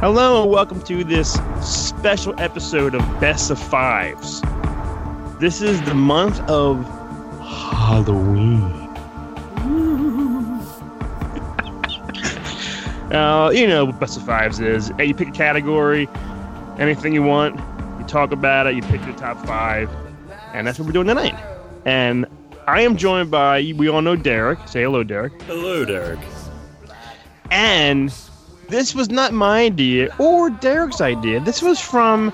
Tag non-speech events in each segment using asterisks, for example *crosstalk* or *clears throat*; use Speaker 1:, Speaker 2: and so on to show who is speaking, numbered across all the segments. Speaker 1: Hello and welcome to this special episode of Best of Fives. This is the month of Halloween. uh, you know what Best of Fives is. Hey, you pick a category, anything you want, you talk about it, you pick your top five, and that's what we're doing tonight. And I am joined by, we all know Derek. Say hello, Derek.
Speaker 2: Hello, Derek.
Speaker 1: And this was not my idea or Derek's idea. This was from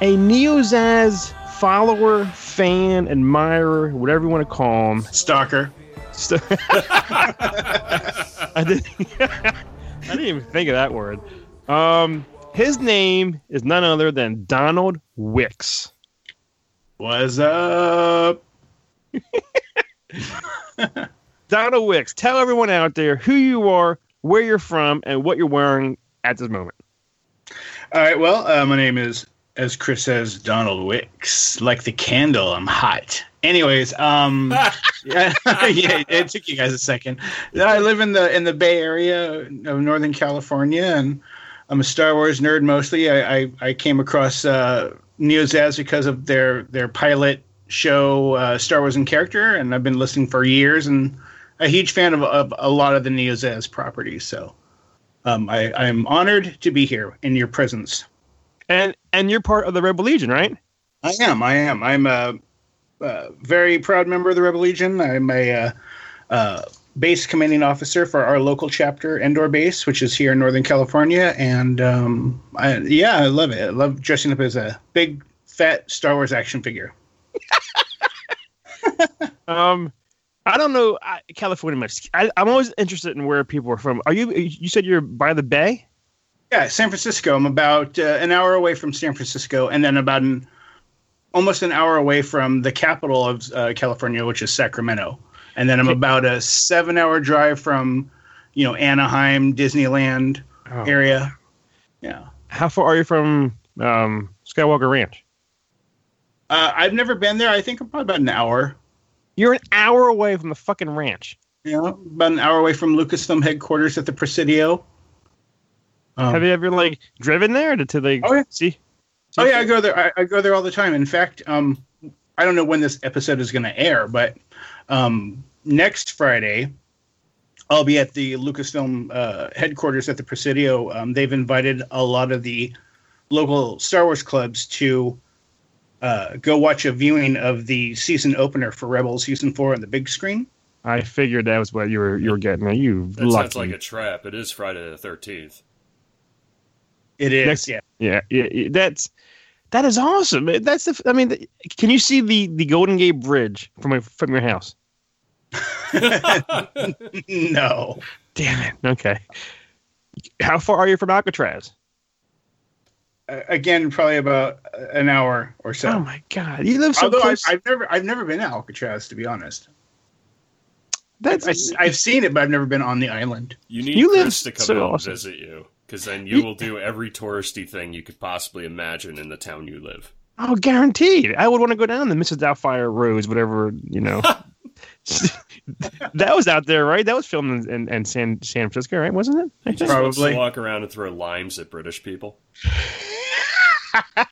Speaker 1: a Neozaz follower, fan, admirer, whatever you want to call him. *laughs*
Speaker 3: Stalker.
Speaker 1: So- I didn't. *laughs* I didn't even think of that word. Um, his name is none other than Donald Wicks.
Speaker 3: What's up?
Speaker 1: Donald Wicks, tell everyone out there who you are, where you're from, and what you're wearing at this moment.
Speaker 3: All right. Well, uh, my name is, as Chris says, Donald Wicks. Like the candle, I'm hot. Anyways, um, yeah, *laughs* yeah, it took you guys a second. I live in the in the Bay Area of Northern California, and I'm a Star Wars nerd mostly. I I, I came across uh, NeoZaz because of their their pilot show uh, Star Wars in Character, and I've been listening for years, and a huge fan of, of a lot of the NeoZaz properties. So. Um, I, I'm honored to be here in your presence.
Speaker 1: And and you're part of the Rebel Legion, right?
Speaker 3: I am. I am. I'm a, a very proud member of the Rebel Legion. I'm a uh, uh, base commanding officer for our local chapter, Endor Base, which is here in Northern California. And um, I, yeah, I love it. I love dressing up as a big, fat Star Wars action figure.
Speaker 1: Um, I don't know I, California much. I, I'm always interested in where people are from. Are you? You said you're by the bay.
Speaker 3: Yeah, San Francisco. I'm about uh, an hour away from San Francisco, and then about an almost an hour away from the capital of uh, California, which is Sacramento. And then I'm about a seven-hour drive from, you know, Anaheim, Disneyland area. Yeah,
Speaker 1: How far are you from um, Skywalker Ranch?
Speaker 3: uh, I've never been there. I think I'm probably about an hour.
Speaker 1: You're an hour away from the fucking ranch.
Speaker 3: Yeah, about an hour away from Lucasfilm headquarters at the Presidio. Um,
Speaker 1: Have you ever like driven there to, to like
Speaker 3: Oh, yeah.
Speaker 1: see?
Speaker 3: Oh yeah, I go there. I, I go there all the time. In fact, um, I don't know when this episode is going to air, but um, next Friday, I'll be at the Lucasfilm uh, headquarters at the Presidio. Um, they've invited a lot of the local Star Wars clubs to uh, go watch a viewing of the season opener for Rebels season four on the big screen.
Speaker 1: I figured that was what you were you were getting. at. You
Speaker 2: That sounds
Speaker 1: lucky.
Speaker 2: like a trap. It is Friday the 13th.
Speaker 3: It is,
Speaker 1: Next-
Speaker 3: yeah. *laughs*
Speaker 1: yeah, yeah, yeah, that's that is awesome. That's the. f- I mean, th- can you see the the Golden Gate Bridge from my, from your house?
Speaker 3: no,
Speaker 1: Damn it. Okay. How far are you from Alcatraz?
Speaker 3: Uh, again, probably about an hour or so.
Speaker 1: Oh my god, you live so
Speaker 3: Although I,
Speaker 1: close.
Speaker 3: I've never, I've never been to Alcatraz to be honest.
Speaker 1: That's
Speaker 3: I, have seen it, but I've never been on the island.
Speaker 2: You need
Speaker 1: You live
Speaker 2: Chris to come
Speaker 1: so
Speaker 2: out
Speaker 1: awesome.
Speaker 2: and visit you, because then you will do every touristy thing you could possibly imagine in the town you live.
Speaker 1: oh guaranteed. I would want to go down the Mrs. Doubtfire roads, whatever you know.
Speaker 3: *laughs*
Speaker 1: *laughs* that was out there, right? That was filmed in, in, in San San Francisco, right? Wasn't it? I
Speaker 2: He
Speaker 1: think.
Speaker 2: just wants to
Speaker 3: Probably.
Speaker 2: walk around and throw limes at British people.
Speaker 1: *laughs*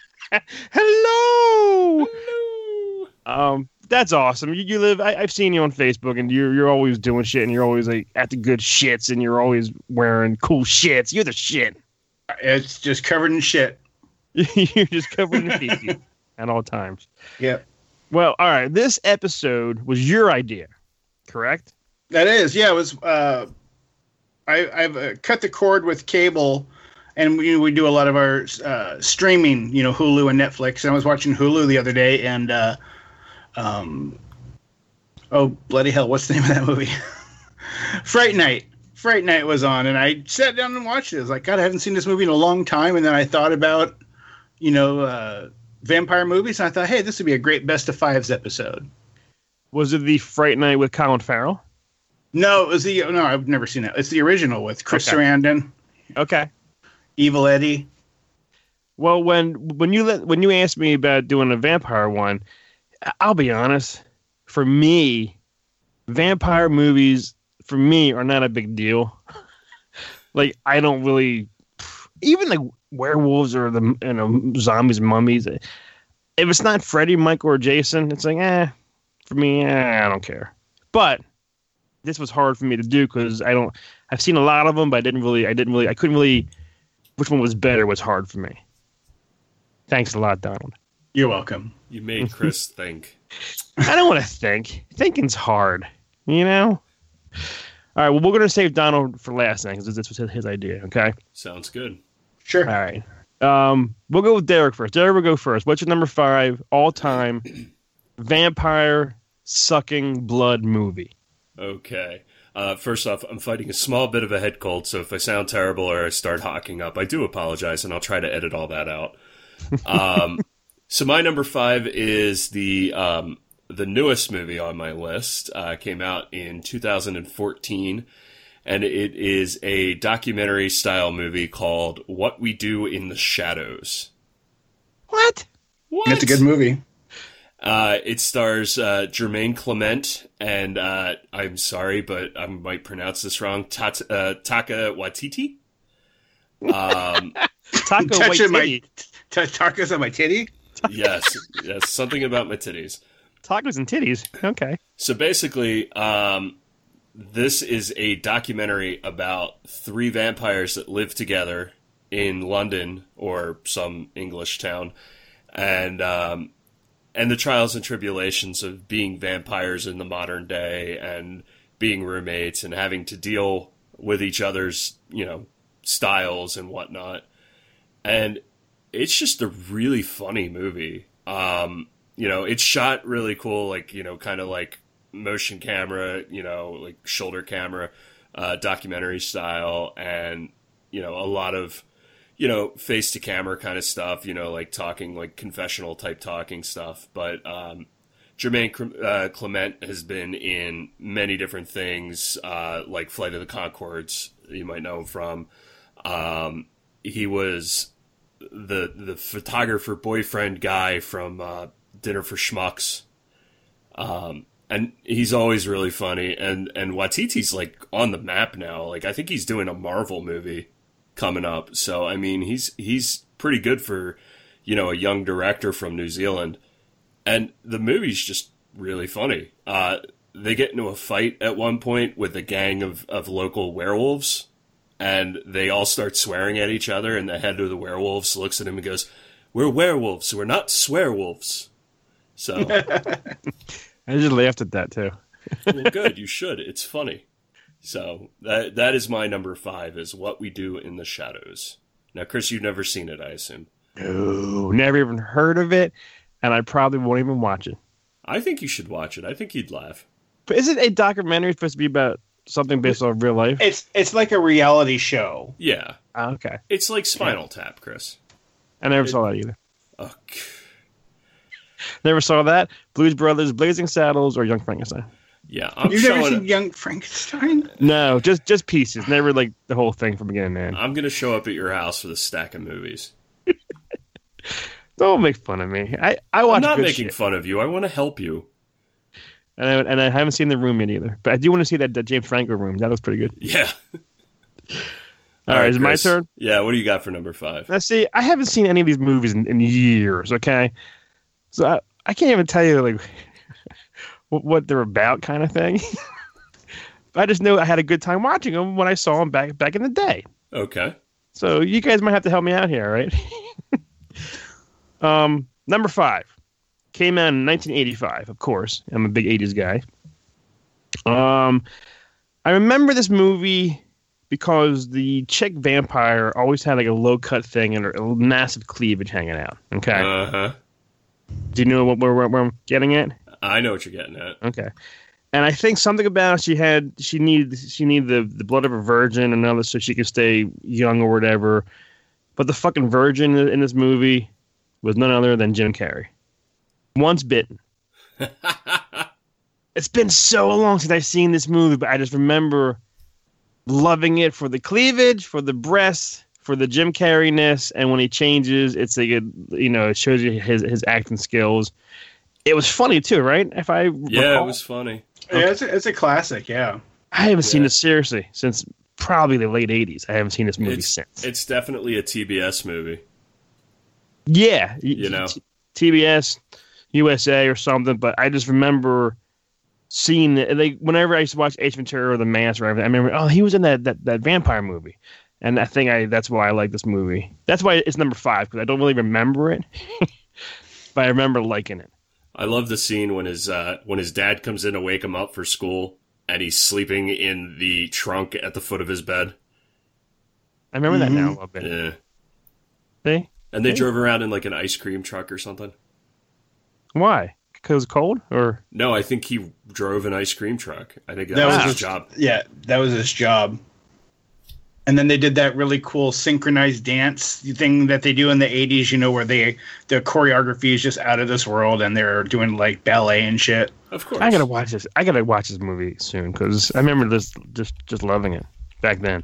Speaker 1: Hello. Um, that's awesome. You, you live. I, I've seen you on Facebook, and you're you're always doing shit, and you're always like at the good shits, and you're always wearing cool shits. You're the shit. *laughs*
Speaker 3: It's just covered in shit.
Speaker 1: you're just covered in feces at all times.
Speaker 3: Yep.
Speaker 1: Well, all right. This episode was your idea, correct?
Speaker 3: That is, yeah. It was. Uh, I, I've uh, cut the cord with cable, and we, we do a lot of our uh, streaming. You know, Hulu and Netflix. And I was watching Hulu the other day, and uh, um, oh bloody hell, what's the name of that movie? *laughs* Fright Night. Fright Night was on, and I sat down and watched it. I was like, God, I haven't seen this movie in a long time. And then I thought about, you know, uh, vampire movies, and I thought, hey, this would be a great best of fives episode.
Speaker 1: Was it the Fright Night with Colin Farrell?
Speaker 3: No, it was the no. I've never seen it. It's the original with Chris
Speaker 1: Okay.
Speaker 3: Sarandon,
Speaker 1: Okay.
Speaker 3: Evil Eddie.
Speaker 1: Well, when when you let when you asked me about doing a vampire one, I- I'll be honest. For me, vampire *laughs* movies for me are not a big deal. like I don't really. pff, even like werewolves or the you know zombies, mummies. If it's not Freddy, Michael, or Jason, it's like eh, for me, eh, I don't care. But this was hard for me to do because I don't. I've seen a lot of them, but I didn't really. I didn't really. I couldn't really. Which one was better was hard for me. Thanks a lot, Donald.
Speaker 3: You're welcome.
Speaker 2: You
Speaker 1: *laughs*
Speaker 2: made Chris think.
Speaker 1: I don't want to think. Thinking's hard, you know. All right. Well, we're gonna save Donald for last then because this was his, his idea. Okay.
Speaker 2: Sounds good.
Speaker 3: Sure.
Speaker 1: All right. Um, we'll go with Derek first. Derek, will go first. What's your number five all time vampire sucking blood movie?
Speaker 2: Okay. Uh, first off, I'm fighting a small bit of a head cold, so if I sound terrible or I start hawking up, I do apologize, and I'll try to edit all that out. Um, so my number five is the um, the newest movie on my list. Uh, came out in 2014, and it is a documentary style movie called "What We Do in the Shadows."
Speaker 1: What?
Speaker 2: What?
Speaker 3: That's a good movie.
Speaker 2: Uh, it stars uh, Jermaine Clement and uh, I'm sorry, but I might pronounce this wrong. Tat- uh, Taka Watiti. Um,
Speaker 1: Taco
Speaker 3: Touch
Speaker 1: Waititi.
Speaker 3: on my t- tacos on my titty.
Speaker 2: yes, yes, something about my titties.
Speaker 1: Tacos and titties. Okay.
Speaker 2: So basically, um, this is a documentary about three vampires that live together in London or some English town, and um, and the trials and tribulations of being vampires in the modern day and being roommates and having to deal with each other's you know styles and whatnot. And it's just a really funny movie. Um, you know, it's shot really cool, like you know, kind of like motion camera, you know, like shoulder camera, uh, documentary style, and you know, a lot of you know face to camera kind of stuff, you know, like talking like confessional type talking stuff. But um, Jermaine Cre- uh, Clement has been in many different things, uh, like Flight of the Concords, you might know him from. Um, he was the the photographer boyfriend guy from uh, Dinner for Schmucks. Um, and he's always really funny. And and Watiti's like on the map now. Like I think he's doing a Marvel movie coming up. So I mean, he's he's pretty good for you know a young director from New Zealand. And the movie's just really funny. Uh, they get into a fight at one point with a gang of, of local werewolves and they all start swearing at each other and the head of the werewolves looks at him and goes we're werewolves we're not swearwolves so
Speaker 1: I just laughed at that too.
Speaker 2: well good you should it's funny so that that is my number five is what we do in the shadows now chris you've never seen it i assume
Speaker 1: No, never even heard of it, and I probably won't even watch it.
Speaker 2: i think you should watch it i think you'd laugh
Speaker 1: But isn't a documentary supposed to be about something based on real life?
Speaker 3: It's it's like a reality show.
Speaker 2: yeah
Speaker 1: Ah, okay.
Speaker 2: it's like spinal tap chris
Speaker 1: I never saw that either.
Speaker 2: oh, g-
Speaker 1: Never saw that. Blues Brothers, Blazing Saddles, or Young Frankenstein.
Speaker 2: yeah i'm
Speaker 3: You've never
Speaker 2: showing
Speaker 3: seen Young Frankenstein?
Speaker 1: No, just just pieces. Never like the whole thing from beginning to end.
Speaker 2: i'm gonna show up at your house with a stack of movies
Speaker 1: Don't make fun of me. I I watch
Speaker 2: i'm not
Speaker 1: good
Speaker 2: making
Speaker 1: shit.
Speaker 2: fun of you i want to help you *laughs*
Speaker 1: and I, and I haven't seen the room yet either. But I do want to see that, that James Franco room. That looks pretty good.
Speaker 2: yeah
Speaker 1: All right, is it my
Speaker 2: Chris.
Speaker 1: turn?
Speaker 2: Yeah, what do you got for number five?
Speaker 1: Now, see, I haven't seen any of these movies in, in years. Okay, so I, I can't even tell you like *laughs* what, what they're about, kind of thing. *laughs* I just know I had a good time watching them when I saw them back back in the day.
Speaker 2: Okay.
Speaker 1: So you guys might have to help me out here, all right? *laughs* um, number five came out in 1985. Of course, I'm a big 80s guy. Um, I remember this movie because the chick vampire always had like a low cut thing and a massive cleavage hanging out. Okay,
Speaker 2: Uh huh.
Speaker 1: do you know what where, where, where I'm getting at?
Speaker 2: I know what you're getting at.
Speaker 1: Okay. And I think something about she had she needed she needed the, the blood of a virgin and other so she could stay young or whatever. But the fucking virgin in this movie was none other than Jim Carrey. Once bitten. It's been so long since I've seen this movie, but I just remember loving it for the cleavage, for the breasts, for the Jim Carrey ness, and when he changes, it's like a, you know it shows you his his acting skills. It was funny too, right? If I
Speaker 2: *laughs* yeah,
Speaker 1: recall.
Speaker 2: it was funny.
Speaker 3: Yeah, it's a, it's a classic. Yeah.
Speaker 1: I haven't seen
Speaker 2: Yeah.
Speaker 1: it seriously since probably the late '80s. I haven't seen this movie
Speaker 2: It's-
Speaker 1: since.
Speaker 2: It's definitely a TBS movie.
Speaker 1: yeah,
Speaker 2: You know.
Speaker 1: TBS, USA, or something. But I just remember seeing it. Like whenever I used to watch H Ventura or The Mask or everything, I remember oh he was in that that, that vampire movie. And I think I that's why I like this movie. That's why it's number five because I don't really remember it, *laughs* but I remember liking it.
Speaker 2: I love the scene when his uh, when his dad comes in to wake him up for school, and he's sleeping in the trunk at the foot of his bed.
Speaker 1: I remember that now a
Speaker 3: Mhm.
Speaker 2: Mm-hmm.
Speaker 1: little bit.
Speaker 2: Yeah.
Speaker 1: See
Speaker 2: And they
Speaker 1: Hey.
Speaker 2: drove around in like an ice cream truck or something.
Speaker 1: why? Because cold or
Speaker 2: No, I think he drove an ice cream truck. I think that,
Speaker 3: That
Speaker 2: was
Speaker 1: was
Speaker 2: his
Speaker 3: just-
Speaker 2: job.
Speaker 3: Yeah, that was his job. And then they did that really cool synchronized dance thing that they do in the '80s. You know, where they the choreography is just out of this world, and they're doing like ballet and shit.
Speaker 2: Of course.
Speaker 1: I
Speaker 3: *laughs*
Speaker 1: gotta watch this. I gotta watch this movie soon because I remember this just just loving it back then.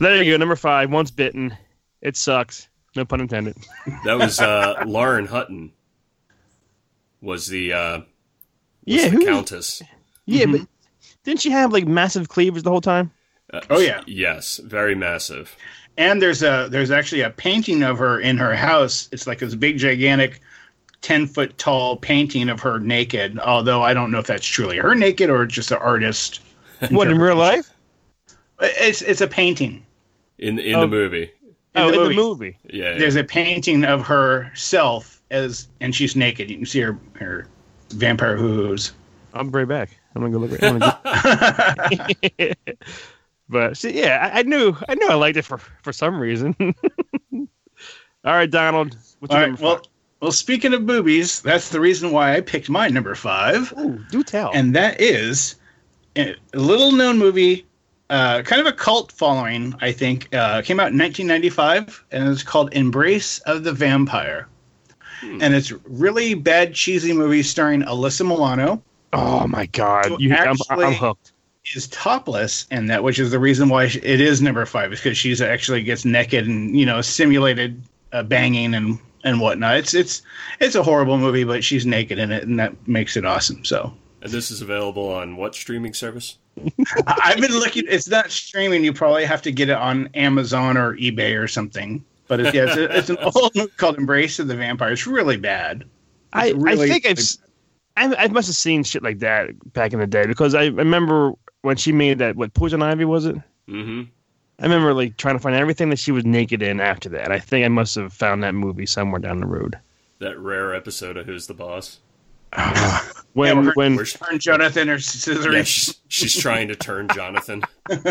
Speaker 1: There you go, number five. Once bitten, it sucks. No pun intended.
Speaker 2: That was uh, Lauren Hutton. Was the uh, was
Speaker 1: Yeah,
Speaker 2: the
Speaker 1: who-
Speaker 2: countess?
Speaker 1: Yeah, but Mm-hmm. didn't she have like massive cleavers the whole
Speaker 3: *laughs*
Speaker 1: time?
Speaker 2: Uh,
Speaker 3: Oh, yeah.
Speaker 2: Yes, very massive.
Speaker 3: And there's a there's actually a painting of her in her house. It's like this big gigantic, ten foot tall painting of her naked. Although I don't know if that's truly her naked or just an artist.
Speaker 1: What in real life?
Speaker 3: It's it's a painting.
Speaker 2: In in the
Speaker 1: Oh.
Speaker 2: movie.
Speaker 3: In
Speaker 1: oh,
Speaker 3: the
Speaker 1: in the
Speaker 3: movie.
Speaker 1: movie.
Speaker 2: Yeah.
Speaker 3: There's a painting of herself as and she's naked. You can see her her vampire hoo-hoos.
Speaker 1: I'm right back. I'm gonna go look. I'm
Speaker 3: *laughs*
Speaker 1: gonna go- *laughs* but see, yeah, I, I knew, I knew, I liked it for for some reason. *laughs* All right, Donald. What's
Speaker 3: All
Speaker 1: your
Speaker 3: right.
Speaker 1: number
Speaker 3: Well, well. Speaking of boobies, that's the reason why I picked my number five.
Speaker 1: five? Ooh, do tell.
Speaker 3: and that is a little known movie, uh, kind of a cult following, I think. Uh, came out in 1995, and it's called Embrace of the Vampire. And it's really bad, cheesy movie starring Alyssa Milano
Speaker 1: oh my God,
Speaker 3: So
Speaker 1: you, I'm, I'm
Speaker 3: actually-
Speaker 1: hooked.
Speaker 3: is topless and that which is the reason why sh- it is number five is because she's uh, actually gets naked and you know simulated uh, banging and and whatnot it's it's it's a horrible movie but she's naked in it and that makes it awesome so
Speaker 2: And this is available on what streaming service?
Speaker 3: I- I've been looking. It's not streaming. You probably have to get it on Amazon or eBay or something. But it's, yeah, it's, a- it's an old movie called Embrace of the Vampire. It's really bad.
Speaker 1: I, I
Speaker 3: really-
Speaker 1: think I've, s- I, I must have seen shit like that back in the day because I remember when she made that. What poison ivy was it?
Speaker 2: hmm
Speaker 1: I remember like trying to find everything that she was naked in after that. I think I must have found that movie somewhere down the road.
Speaker 2: That rare episode of Who's the Boss?
Speaker 1: When
Speaker 3: Yeah, we're-
Speaker 1: when
Speaker 2: Where she-
Speaker 3: Her and Jonathan are scissoring.
Speaker 2: yeah, she's, she's trying to turn Jonathan.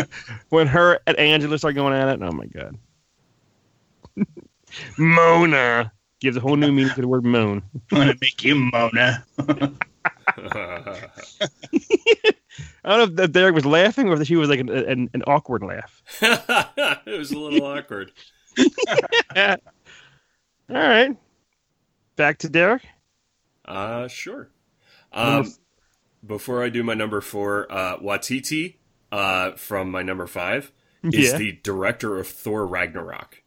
Speaker 2: *laughs*
Speaker 1: when her and Angela start going at it, oh my god. *laughs* Mona gives a whole new meaning to the word moan.
Speaker 3: I'm gonna make you Mona.
Speaker 1: I don't know if Derek was laughing or if she was like an, an, an awkward laugh.
Speaker 2: it was a little awkward.
Speaker 1: All right, back to Derek.
Speaker 2: Uh, sure.
Speaker 1: Number
Speaker 2: Um, before I do my number four, uh, Watiti uh, from my number five is
Speaker 1: yeah,
Speaker 2: the director of Thor Ragnarok.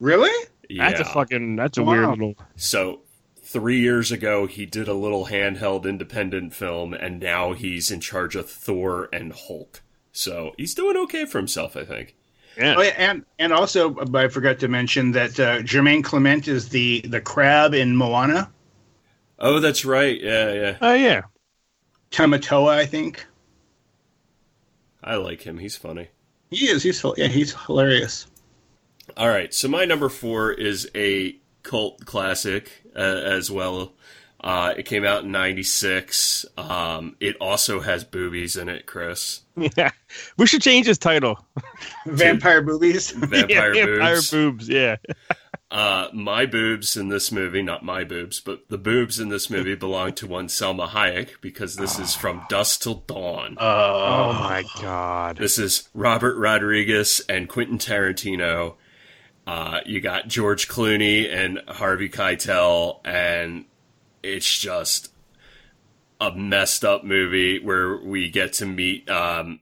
Speaker 3: Really?
Speaker 1: that's a fucking that's a weird
Speaker 3: Wow.
Speaker 1: little
Speaker 2: So three years ago, he did a little handheld independent film, and now he's in charge of Thor and Hulk. So he's doing okay for himself, I think.
Speaker 1: yeah.
Speaker 3: Oh, yeah, and and also uh, I forgot to mention that uh, Jermaine Clement is the the crab in Moana.
Speaker 2: Oh, that's right. Yeah, yeah.
Speaker 1: Oh yeah.
Speaker 3: Tamatoa, I think.
Speaker 2: I like him. He's funny.
Speaker 3: He is. He's hil- yeah. He's hilarious.
Speaker 2: All right, so my number four is a cult classic uh, as well. Uh, it came out in '96. Um, it also has boobies in
Speaker 1: *laughs*
Speaker 2: it, Chris.
Speaker 1: Oh, Yeah. We should change his title.
Speaker 3: Vampire boobies.
Speaker 2: Vampire
Speaker 1: *laughs* yeah, Vampire
Speaker 2: boobs.
Speaker 1: boobs, yeah.
Speaker 2: uh, my boobs in this movie, not my boobs, but the boobs in this movie belong to one Selma Hayek because this
Speaker 1: Ah.
Speaker 2: is from Dusk Till Dawn.
Speaker 1: Oh my god.
Speaker 2: This is Robert Rodriguez and Quentin Tarantino. Uh, you got George Clooney and Harvey Keitel, and it's just a messed up movie where we get to meet um,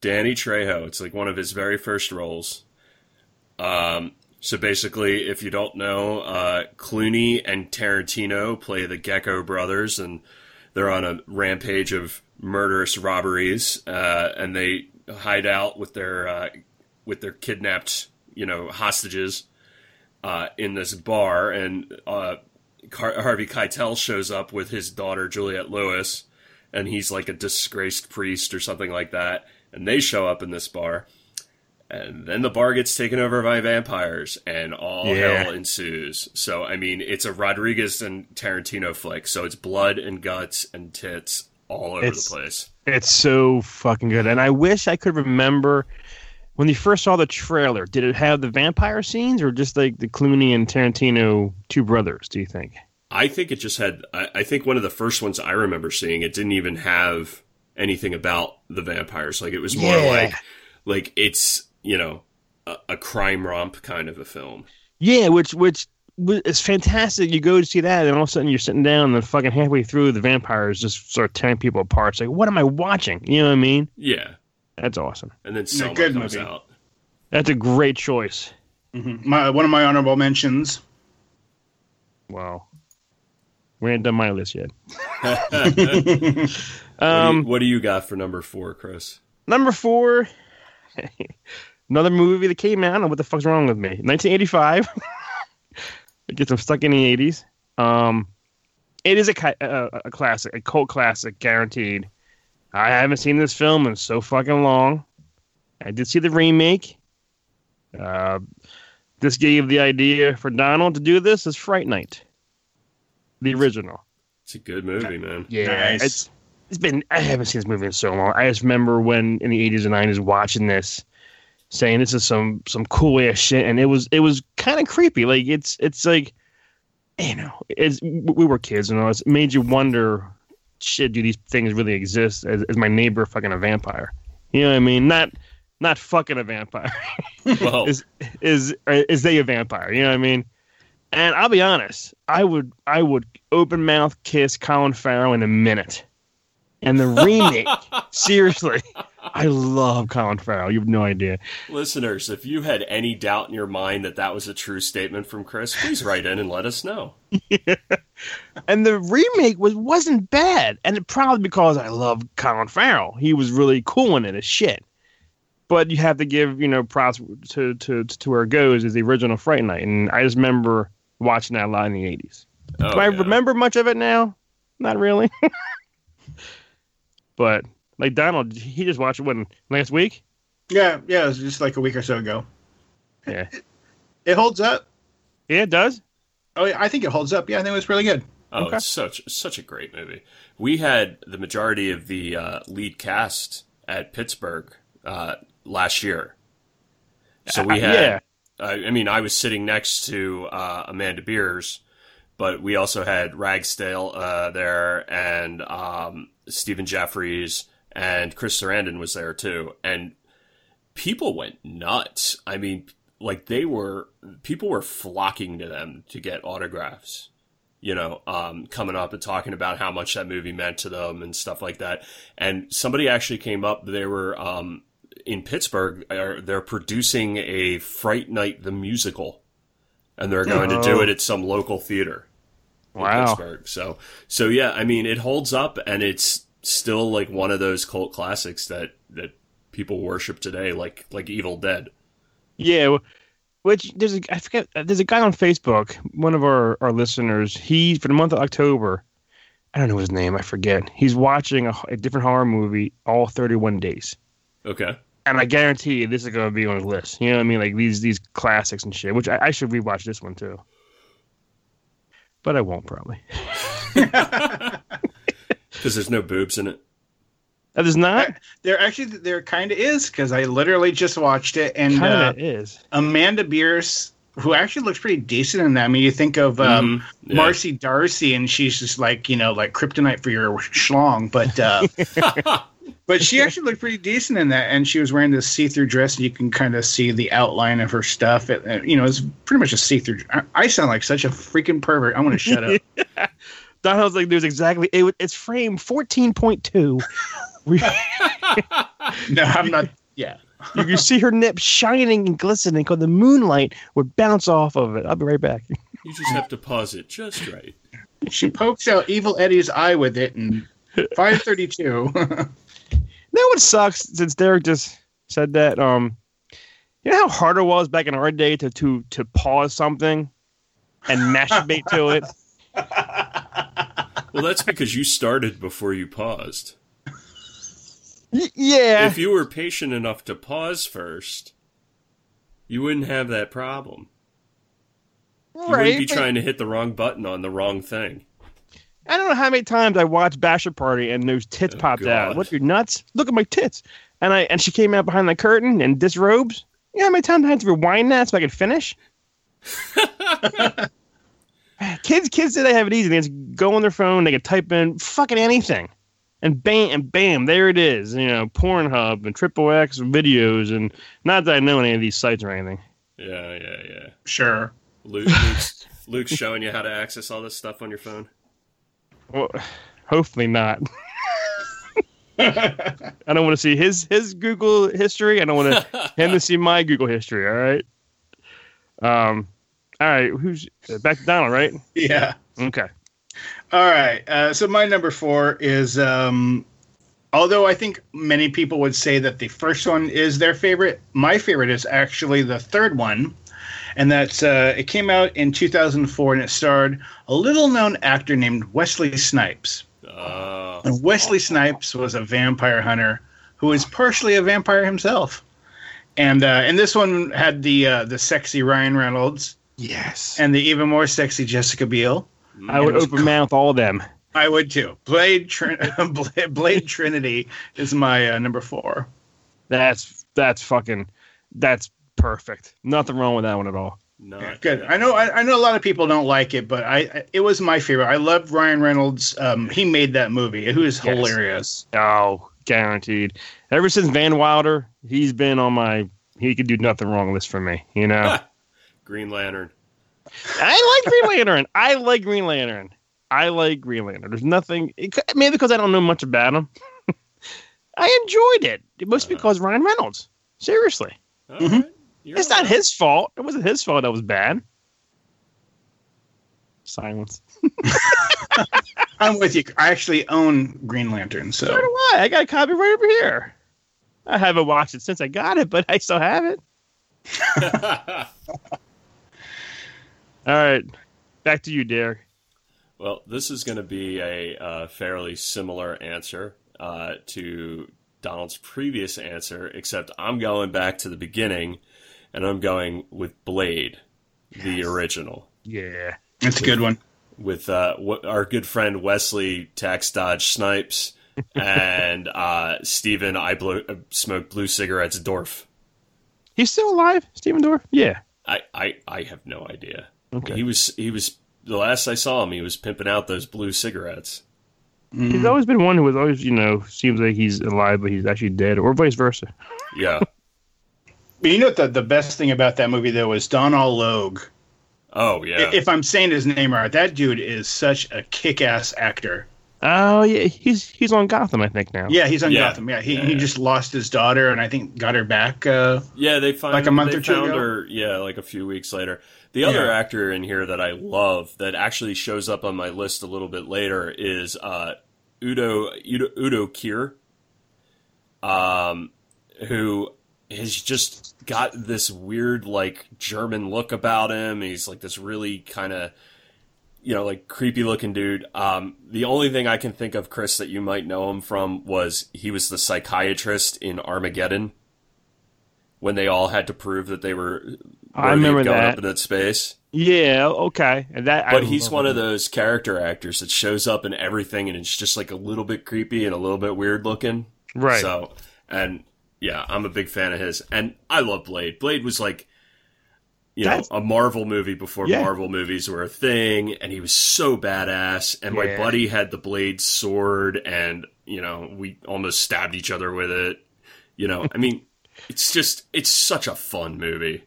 Speaker 2: Danny Trejo. It's like one of his very first roles. Um, so basically, if you don't know, uh, Clooney and Tarantino play the Gecko brothers, and they're on a rampage of murderous robberies, uh, and they hide out with their uh, with their kidnapped you know hostages uh, in this bar, and uh, Car- Harvey Keitel shows up with his daughter Juliette Lewis, and he's like a disgraced priest or something like that, and they show up in this bar. And then the bar gets taken over by vampires, and all
Speaker 1: Yeah.
Speaker 2: hell ensues. So, I mean, it's a Rodriguez and Tarantino flick. So it's blood and guts and tits all over
Speaker 1: It's-
Speaker 2: the place.
Speaker 1: It's so fucking good. And I wish I could remember when you first saw the trailer, did it have the vampire scenes or just like the Clooney and Tarantino two brothers, do you think?
Speaker 2: I think it just had. I, I think one of the first ones I remember seeing, it didn't even have anything about the vampires. Like it was more
Speaker 1: Yeah.
Speaker 2: like, like it's you know a, a crime romp kind of a film.
Speaker 1: Yeah, which which w- it's fantastic. You go to see that, and all of a sudden you're sitting down, and then fucking halfway through, the vampires just start tearing people apart. It's like, what am I watching? You know what I mean?
Speaker 2: Yeah,
Speaker 1: That's awesome.
Speaker 2: and then Selma
Speaker 3: good
Speaker 2: comes
Speaker 3: movie. *laughs*
Speaker 2: out.
Speaker 1: That's a great choice.
Speaker 3: Mhm. My one of my honorable mentions.
Speaker 1: Wow, we ain't done my list yet.
Speaker 2: what, do you,
Speaker 1: Um,
Speaker 2: what do you got for number four, Chris?
Speaker 1: Number four, *laughs* another movie that came out. I don't know what the fuck's wrong with me. 1985. *laughs* it gets them stuck in the 80s. Um, it is a, ki- a, a classic, a cult classic, guaranteed. I haven't seen this film in so fucking long. I did see the remake. Uh, this gave the idea for Donald to do this is Fright Night, the original.
Speaker 2: It's a good
Speaker 1: *laughs*
Speaker 2: movie, man.
Speaker 1: Yeah,
Speaker 3: Nice.
Speaker 1: it's it's been I haven't seen this movie in so long. I just remember when in the eighties and nineties watching this, saying this is some some cool ass shit, and it was it was kind of creepy. Like it's it's like you know, it's we were kids and all this. It made you wonder, shit, do these things really exist? Is, is my neighbor fucking a vampire? You know what I mean? Not not fucking a vampire
Speaker 2: Well,
Speaker 1: It's- is is they a vampire? You know what I mean? And I'll be honest, I would I would open mouth kiss Colin Farrell in a minute. And the remake, seriously, I love Colin Farrell. You have no idea.
Speaker 2: listeners, if you had any doubt in your mind that that was a true statement from Chris, please write in and let us know.
Speaker 1: And the remake was wasn't bad, and it probably because I love Colin Farrell. He was really cool in it as shit. But you have to give you know props to to to where it goes is the original Fright Night, and I just remember watching that a lot in the eighties.
Speaker 2: Oh,
Speaker 1: Do I
Speaker 2: yeah.
Speaker 1: remember much of it now? Not really. *laughs* but like Donald, he just watched it when last week.
Speaker 3: Yeah, yeah, it was just like a week or so ago.
Speaker 1: Yeah.
Speaker 3: It, *laughs* it holds up.
Speaker 1: Yeah, it does.
Speaker 3: Oh, yeah, I think it holds up. Yeah, I think it was really good.
Speaker 2: Oh,
Speaker 1: Okay.
Speaker 2: it's such such a great movie. We had the majority of the uh, lead cast at Pittsburgh uh, last year, so we
Speaker 1: Uh,
Speaker 2: had.
Speaker 1: yeah.
Speaker 2: I, I mean, I was sitting next to uh, Amanda Beers, but we also had Ragsdale uh, there and um, Stephen Jeffries and Chris Sarandon was there too, and people went nuts. I mean, like they were people were flocking to them to get autographs you know, um, coming up and talking about how much that movie meant to them and stuff like that. And somebody actually came up. They were um, in Pittsburgh. Are, they're producing a Fright Night the musical, and they're going to do
Speaker 1: Oh.
Speaker 2: it at some local theater in
Speaker 1: Wow.
Speaker 2: Pittsburgh. So, so yeah, I mean, it holds up, and it's still like one of those cult classics that that people worship today, like like Evil Dead.
Speaker 1: Yeah. wh- Which there's a I forget uh, there's a guy on Facebook, one of our our listeners. He for the month of October, I don't know his name, I forget. He's watching a, h- a different horror movie all 31 days.
Speaker 2: Okay,
Speaker 1: And I guarantee you, this is going to be on his list. You know what I mean? Like these these classics and shit. Which I, I should rewatch this one too, but I won't probably.
Speaker 2: because there's no boobs in it.
Speaker 1: That is not.
Speaker 3: There actually, there kind of is because I literally just watched it, and
Speaker 1: Kind
Speaker 3: uh,
Speaker 1: of is.
Speaker 3: Amanda Bierce, who actually looks pretty decent in that. I mean, you think of um,
Speaker 2: Mhm. Yeah.
Speaker 3: Marcy Darcy, and she's just like you know, like kryptonite for your schlong. But uh, but she actually looked pretty decent in that, and she was wearing this see-through dress, and you can kind of see the outline of her stuff. It, it- you know, it's pretty much a see-through. I, I sound like such a freaking pervert. I'm gonna shut up.
Speaker 1: Donald's like, there's exactly it, was- it's frame fourteen point two. We,
Speaker 3: No, I'm not. Yeah.
Speaker 1: you can see her nips shining and glistening because the moonlight would bounce off of it. I'll be right back.
Speaker 2: You just have to pause it just right.
Speaker 3: She pokes out Evil Eddie's eye with it, and 532.
Speaker 1: No, know what sucks? Since Derek just said that, um, you know how hard it was back in our day to to to pause something and masturbate to it.
Speaker 2: Well, that's because you started before you paused.
Speaker 1: *laughs* Y- yeah,
Speaker 2: If you were patient enough to pause first, you wouldn't have that problem. You
Speaker 1: right.
Speaker 2: wouldn't be
Speaker 1: but
Speaker 2: trying to hit the wrong button on the wrong thing. *laughs*
Speaker 1: I don't know how many times I watched Bachelor Party and those tits
Speaker 2: Oh,
Speaker 1: popped out.
Speaker 2: God.
Speaker 1: What, you're nuts? Look at my tits. And I and she came out behind the curtain and disrobes. You know how many times I had to rewind that so I could finish? kids, kids today have it easy. They just go on their phone, they can type in fucking anything, and bam, and bam, there it is. You know, Pornhub and Triple X videos, and not that I know any of these sites or anything.
Speaker 2: Yeah, yeah, yeah.
Speaker 3: Sure. *laughs*
Speaker 2: Luke, Luke's, Luke's showing you how to access all this stuff on
Speaker 1: *laughs*
Speaker 2: your phone.
Speaker 1: Well, *sighs* hopefully not. I don't want to see his his Google history. I don't want to him to see my Google history. All right. Um. All right. Who's back to Donald? Right.
Speaker 3: Yeah.
Speaker 1: Okay.
Speaker 3: All right. Uh, so my number four is, um, although I think many people would say that the first one is their favorite, my favorite is actually the third one, and that's uh, it came out in 2004 and it starred a little-known actor named Wesley Snipes.
Speaker 2: Uh,
Speaker 3: And Wesley Snipes was a vampire hunter who is partially a vampire himself. And uh, and this one had the uh, the sexy Ryan Reynolds
Speaker 1: Yes.
Speaker 3: and the even more sexy Jessica Biel.
Speaker 1: I
Speaker 2: mm,
Speaker 1: would open mouth all of them.
Speaker 3: I would too. Blade *laughs* Trin- Blade- Blade Trinity is my uh, number four.
Speaker 1: That's that's fucking that's perfect. Nothing wrong with that one at all.
Speaker 2: not
Speaker 3: Good. Uh, I know. I, I know a lot of people don't like it, but I, I it was my favorite. I loved Ryan Reynolds. Um, he made that movie. It was
Speaker 1: Yes.
Speaker 3: hilarious.
Speaker 1: Oh, guaranteed. Ever since Van Wilder, he's been on my. He could do nothing wrong list for me. You know.
Speaker 2: Green Lantern.
Speaker 1: I like Green Lantern. I like Green Lantern. I like Green Lantern. There's nothing. It, could- maybe because I don't know much about him. *laughs* I enjoyed it. It must be
Speaker 2: Uh-huh.
Speaker 1: because Ryan Reynolds. Seriously,
Speaker 2: All
Speaker 3: Mhm.
Speaker 2: right. You're
Speaker 1: it's not
Speaker 2: right.
Speaker 1: his fault. It wasn't his fault. That was bad. Silence.
Speaker 3: I'm with you. I actually own Green Lantern,
Speaker 1: So do
Speaker 3: so
Speaker 1: I. I got a copy right over here. I haven't watched it since I got it, but I still have it. All right, back to you, Derek.
Speaker 2: *laughs* well, this is going to be a uh, fairly similar answer uh, to Donald's previous answer, except I'm going back to the beginning, and I'm going with Blade, the original,
Speaker 1: Yeah.
Speaker 3: it's a good one.
Speaker 2: with uh, wh- our good friend Wesley Tax Dodge Snipes and uh, Stephen I blow, uh, smoke blue cigarettes Dorf.
Speaker 1: He's still alive, Steven Dorff? Yeah.
Speaker 2: I, I, I have no idea.
Speaker 1: Okay.
Speaker 2: He was he was the last I saw him. He was pimping out those blue cigarettes.
Speaker 3: Mm.
Speaker 1: He's always been one who was always, you know, seems like he's alive, but he's actually dead, or vice versa.
Speaker 2: Yeah.
Speaker 3: But you know what the, the best thing about that movie though was Donal Logue.
Speaker 2: Oh yeah.
Speaker 3: *laughs* If I'm saying his name right, that dude is such a kick-ass actor.
Speaker 1: Oh yeah, he's he's on Gotham, I think now.
Speaker 3: Yeah, he's on
Speaker 2: Yeah.
Speaker 3: Gotham. Yeah, he,
Speaker 2: Yeah,
Speaker 3: he
Speaker 2: yeah.
Speaker 3: just lost his daughter, and I think got her back. Uh,
Speaker 2: yeah, they find
Speaker 3: Like a month
Speaker 2: they
Speaker 3: or two
Speaker 2: found
Speaker 3: ago?
Speaker 2: her. Yeah, like a few weeks later. The other
Speaker 3: Yeah.
Speaker 2: actor in here that I love that actually shows up on my list a little bit later is uh, Udo Udo Udo Kier, um, who has just got this weird like German look about him. He's like this really kind of you know, like creepy looking dude. Um, the only thing I can think of, Chris, that you might know him from was he was the psychiatrist in Armageddon when they all had to prove that they were
Speaker 1: I
Speaker 2: worthy of
Speaker 1: remember
Speaker 2: going
Speaker 1: that.
Speaker 2: up into space.
Speaker 1: Yeah, okay. And that,
Speaker 2: But he's one of those character actors that shows up in everything and it's just like a little bit creepy and a little bit weird looking.
Speaker 1: right.
Speaker 2: So, and yeah, I'm a big fan of his, and I love Blade. Blade was like, you
Speaker 1: That's-
Speaker 2: know, a Marvel movie before
Speaker 1: Yeah.
Speaker 2: Marvel movies were a thing, and he was so badass. And my
Speaker 1: Yeah.
Speaker 2: buddy had the Blade sword, and you know, we almost stabbed each other with it. You know,
Speaker 1: *laughs*
Speaker 2: I mean, it's just it's such a fun movie.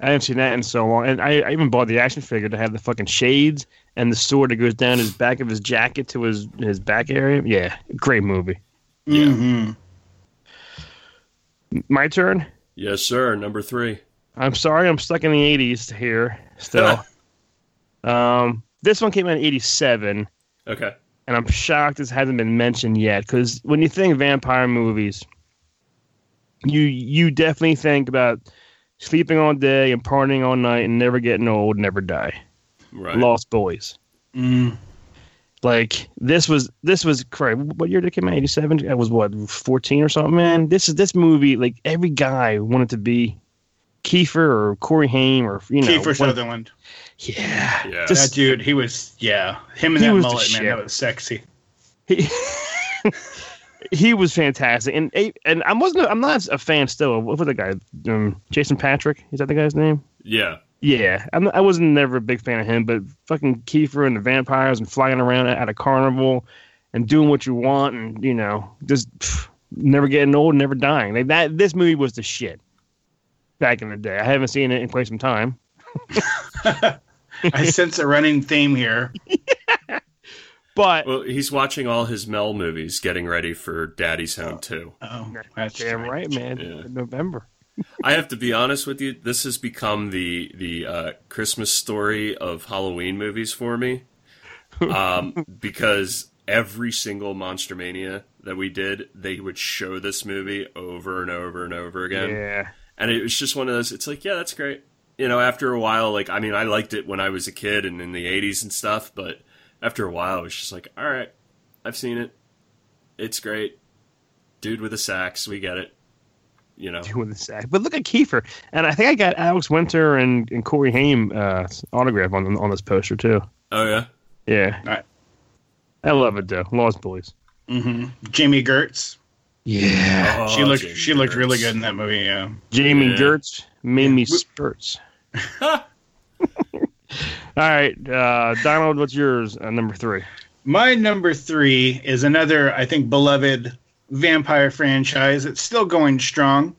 Speaker 1: I haven't seen that in so long, and I, I even bought the action figure to have the fucking shades and the sword that goes down his back of his jacket to his his back area. Yeah, great movie.
Speaker 2: Yeah.
Speaker 3: mhm.
Speaker 1: My turn.
Speaker 2: Yes, sir. Number three.
Speaker 1: I'm sorry, I'm stuck in the '80s
Speaker 2: *laughs*
Speaker 1: here still. um, this one came out in '87.
Speaker 2: Okay.
Speaker 1: and I'm shocked this hasn't been mentioned yet. Because when you think vampire movies, you you definitely think about sleeping all day and partying all night and never getting old, never die.
Speaker 2: Right.
Speaker 1: Lost Boys.
Speaker 3: Mm.
Speaker 1: Like this was this was crap. What year did it come out? Eighty seven. I was what fourteen or something. Man, this is this movie. Like every guy wanted to be Kiefer or Corey Haim or you know.
Speaker 3: Kiefer
Speaker 1: one-
Speaker 3: Sutherland.
Speaker 1: yeah.
Speaker 2: Yeah.
Speaker 1: Just-
Speaker 3: That dude, he was yeah. Him and
Speaker 1: He
Speaker 3: that
Speaker 1: was the
Speaker 3: mullet, man,
Speaker 1: shit.
Speaker 3: that
Speaker 1: *laughs*
Speaker 3: was sexy.
Speaker 1: he he was fantastic, and and I wasn't. I'm not a fan still. of- What was the guy? Um, Jason Patrick is that the guy's name?
Speaker 2: yeah.
Speaker 1: Yeah, I'm, I wasn't never a big fan of him, but fucking Kiefer and the vampires and flying around at a carnival and doing what you want, and you know, just pff, never getting old, never dying. Like that. This movie was the shit back in the day. I haven't seen it in quite some time,
Speaker 3: I sense a running
Speaker 1: *laughs*
Speaker 3: theme here.
Speaker 1: but
Speaker 2: Well, he's watching all his Mel movies, getting ready for Daddy's Home too.
Speaker 3: Oh, that's
Speaker 1: damn right, man.
Speaker 2: Yeah.
Speaker 1: November.
Speaker 2: I have to be honest with you. This has become the the uh, Christmas story of Halloween movies for me, um, because every single Monster Mania that we did, they would show this movie over and over and over again,
Speaker 1: Yeah.
Speaker 2: and it was just one of those. It's like, yeah, that's great. You know, after a while, like I mean, I liked it when I was a kid and in the '80s and stuff, but after a while, it was just like, all right, I've seen it. It's great. Dude with a sax, we get it. You know.
Speaker 1: *laughs* doing this act. But look at Kiefer, and I think I got Alex Winter and, and Corey Haim uh, autograph on on this poster too.
Speaker 2: Oh yeah.
Speaker 1: Yeah,
Speaker 3: All right.
Speaker 1: I love it though. Lost Boys.
Speaker 3: hmm Jamie Gertz.
Speaker 1: Yeah,
Speaker 2: Oh,
Speaker 3: she looked
Speaker 2: Jamie
Speaker 3: she looked really
Speaker 2: Gertz.
Speaker 3: good in that movie. Yeah.
Speaker 1: Jamie
Speaker 2: Yeah.
Speaker 1: Gertz made me
Speaker 3: Yeah. *laughs*
Speaker 1: spurts. All right, uh, Donald, what's yours? Uh, number three.
Speaker 3: My number three is another, I think, beloved vampire franchise. It's still going strong.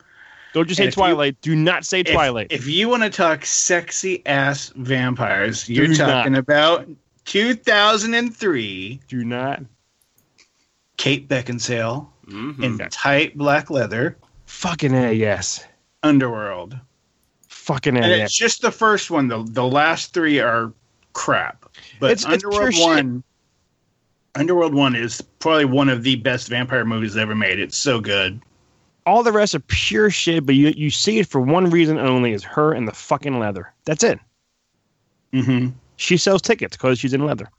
Speaker 1: Don't you say
Speaker 3: And if you-
Speaker 1: Twilight. Do not say
Speaker 3: If-
Speaker 1: Twilight.
Speaker 3: If, you want to talk sexy ass vampires, you're
Speaker 1: Do not.
Speaker 3: talking about 2003
Speaker 1: Do not.
Speaker 3: Kate Beckinsale
Speaker 2: Mhm.
Speaker 3: in
Speaker 1: Okay.
Speaker 3: tight black leather
Speaker 1: Fucking a yes.
Speaker 3: underworld.
Speaker 1: Fucking a
Speaker 3: And
Speaker 1: yes.
Speaker 3: it's just the first one. The the last three are crap. But
Speaker 1: It's- it's pure
Speaker 3: Underworld
Speaker 1: shit.
Speaker 3: One Underworld One is probably one of the best vampire movies ever made. It's so good.
Speaker 1: All the rest are pure shit, but you you see it for one reason only: is her and the fucking leather. That's it.
Speaker 3: hmm
Speaker 1: She sells tickets because she's in leather.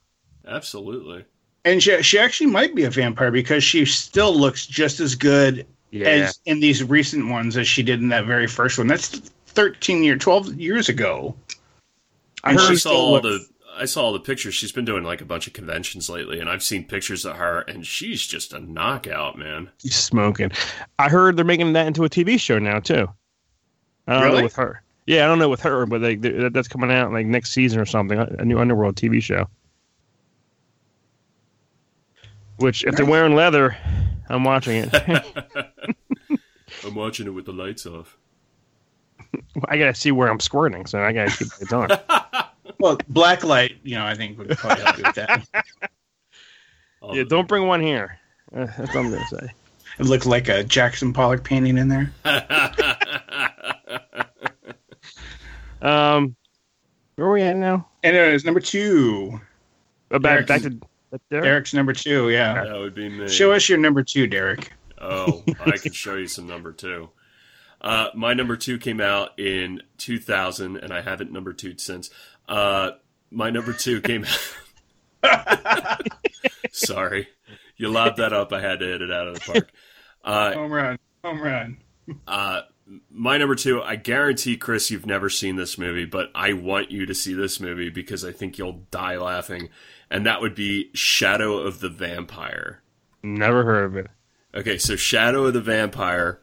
Speaker 2: Absolutely.
Speaker 3: And she she actually might be a vampire because she still looks just as good as in these recent ones as she did in that very first one. That's thirteen year, twelve years ago.
Speaker 1: I
Speaker 3: And
Speaker 2: I
Speaker 1: heard
Speaker 3: she's
Speaker 2: saw
Speaker 3: still
Speaker 2: all
Speaker 3: looks-
Speaker 2: the I saw all the pictures. She's been doing like a bunch of conventions lately, and I've seen pictures of her, and she's just a knockout, man. *laughs*
Speaker 1: She's smoking. I heard they're making that into a TV show now too. I don't
Speaker 3: Really?
Speaker 1: know with her. Yeah, I don't know with her, but they, they, that's coming out like next season or something. A a new Underworld TV show. Which, if they're
Speaker 3: Nice.
Speaker 1: wearing leather, I'm watching it.
Speaker 2: *laughs*
Speaker 1: *laughs*
Speaker 2: I'm watching it with the lights off. *laughs*
Speaker 1: I gotta see where I'm squirting, so I gotta keep it
Speaker 2: *laughs*
Speaker 1: on.
Speaker 3: Well, blacklight, you know, I think would probably help you with that.
Speaker 2: All
Speaker 1: yeah,
Speaker 2: the-
Speaker 1: don't
Speaker 2: *laughs*
Speaker 1: bring one here. *laughs* Uh, that's what I'm gonna say.
Speaker 3: *laughs* It looked like a Jackson Pollock painting in there.
Speaker 1: Um, where are we at now?
Speaker 3: And it was number two.
Speaker 1: Uh, back,
Speaker 3: Eric's-
Speaker 1: back to back there.
Speaker 3: Derek's number two, yeah.
Speaker 2: that would be me.
Speaker 3: Show us your number two, Derek.
Speaker 2: Oh, I can show you some number two. Uh, my number two came out in 2000, and I haven't number two since. Uh, my number two came out. *laughs* Sorry. You lobbed that up. I had to hit it out of the park. Uh,
Speaker 3: Home run. Home run.
Speaker 2: Uh, my number two, I guarantee, Chris, you've never seen this movie, but I want you to see this movie because I think you'll die laughing. And that would be Shadow of the Vampire.
Speaker 1: Never heard of it.
Speaker 2: Okay, so Shadow of the Vampire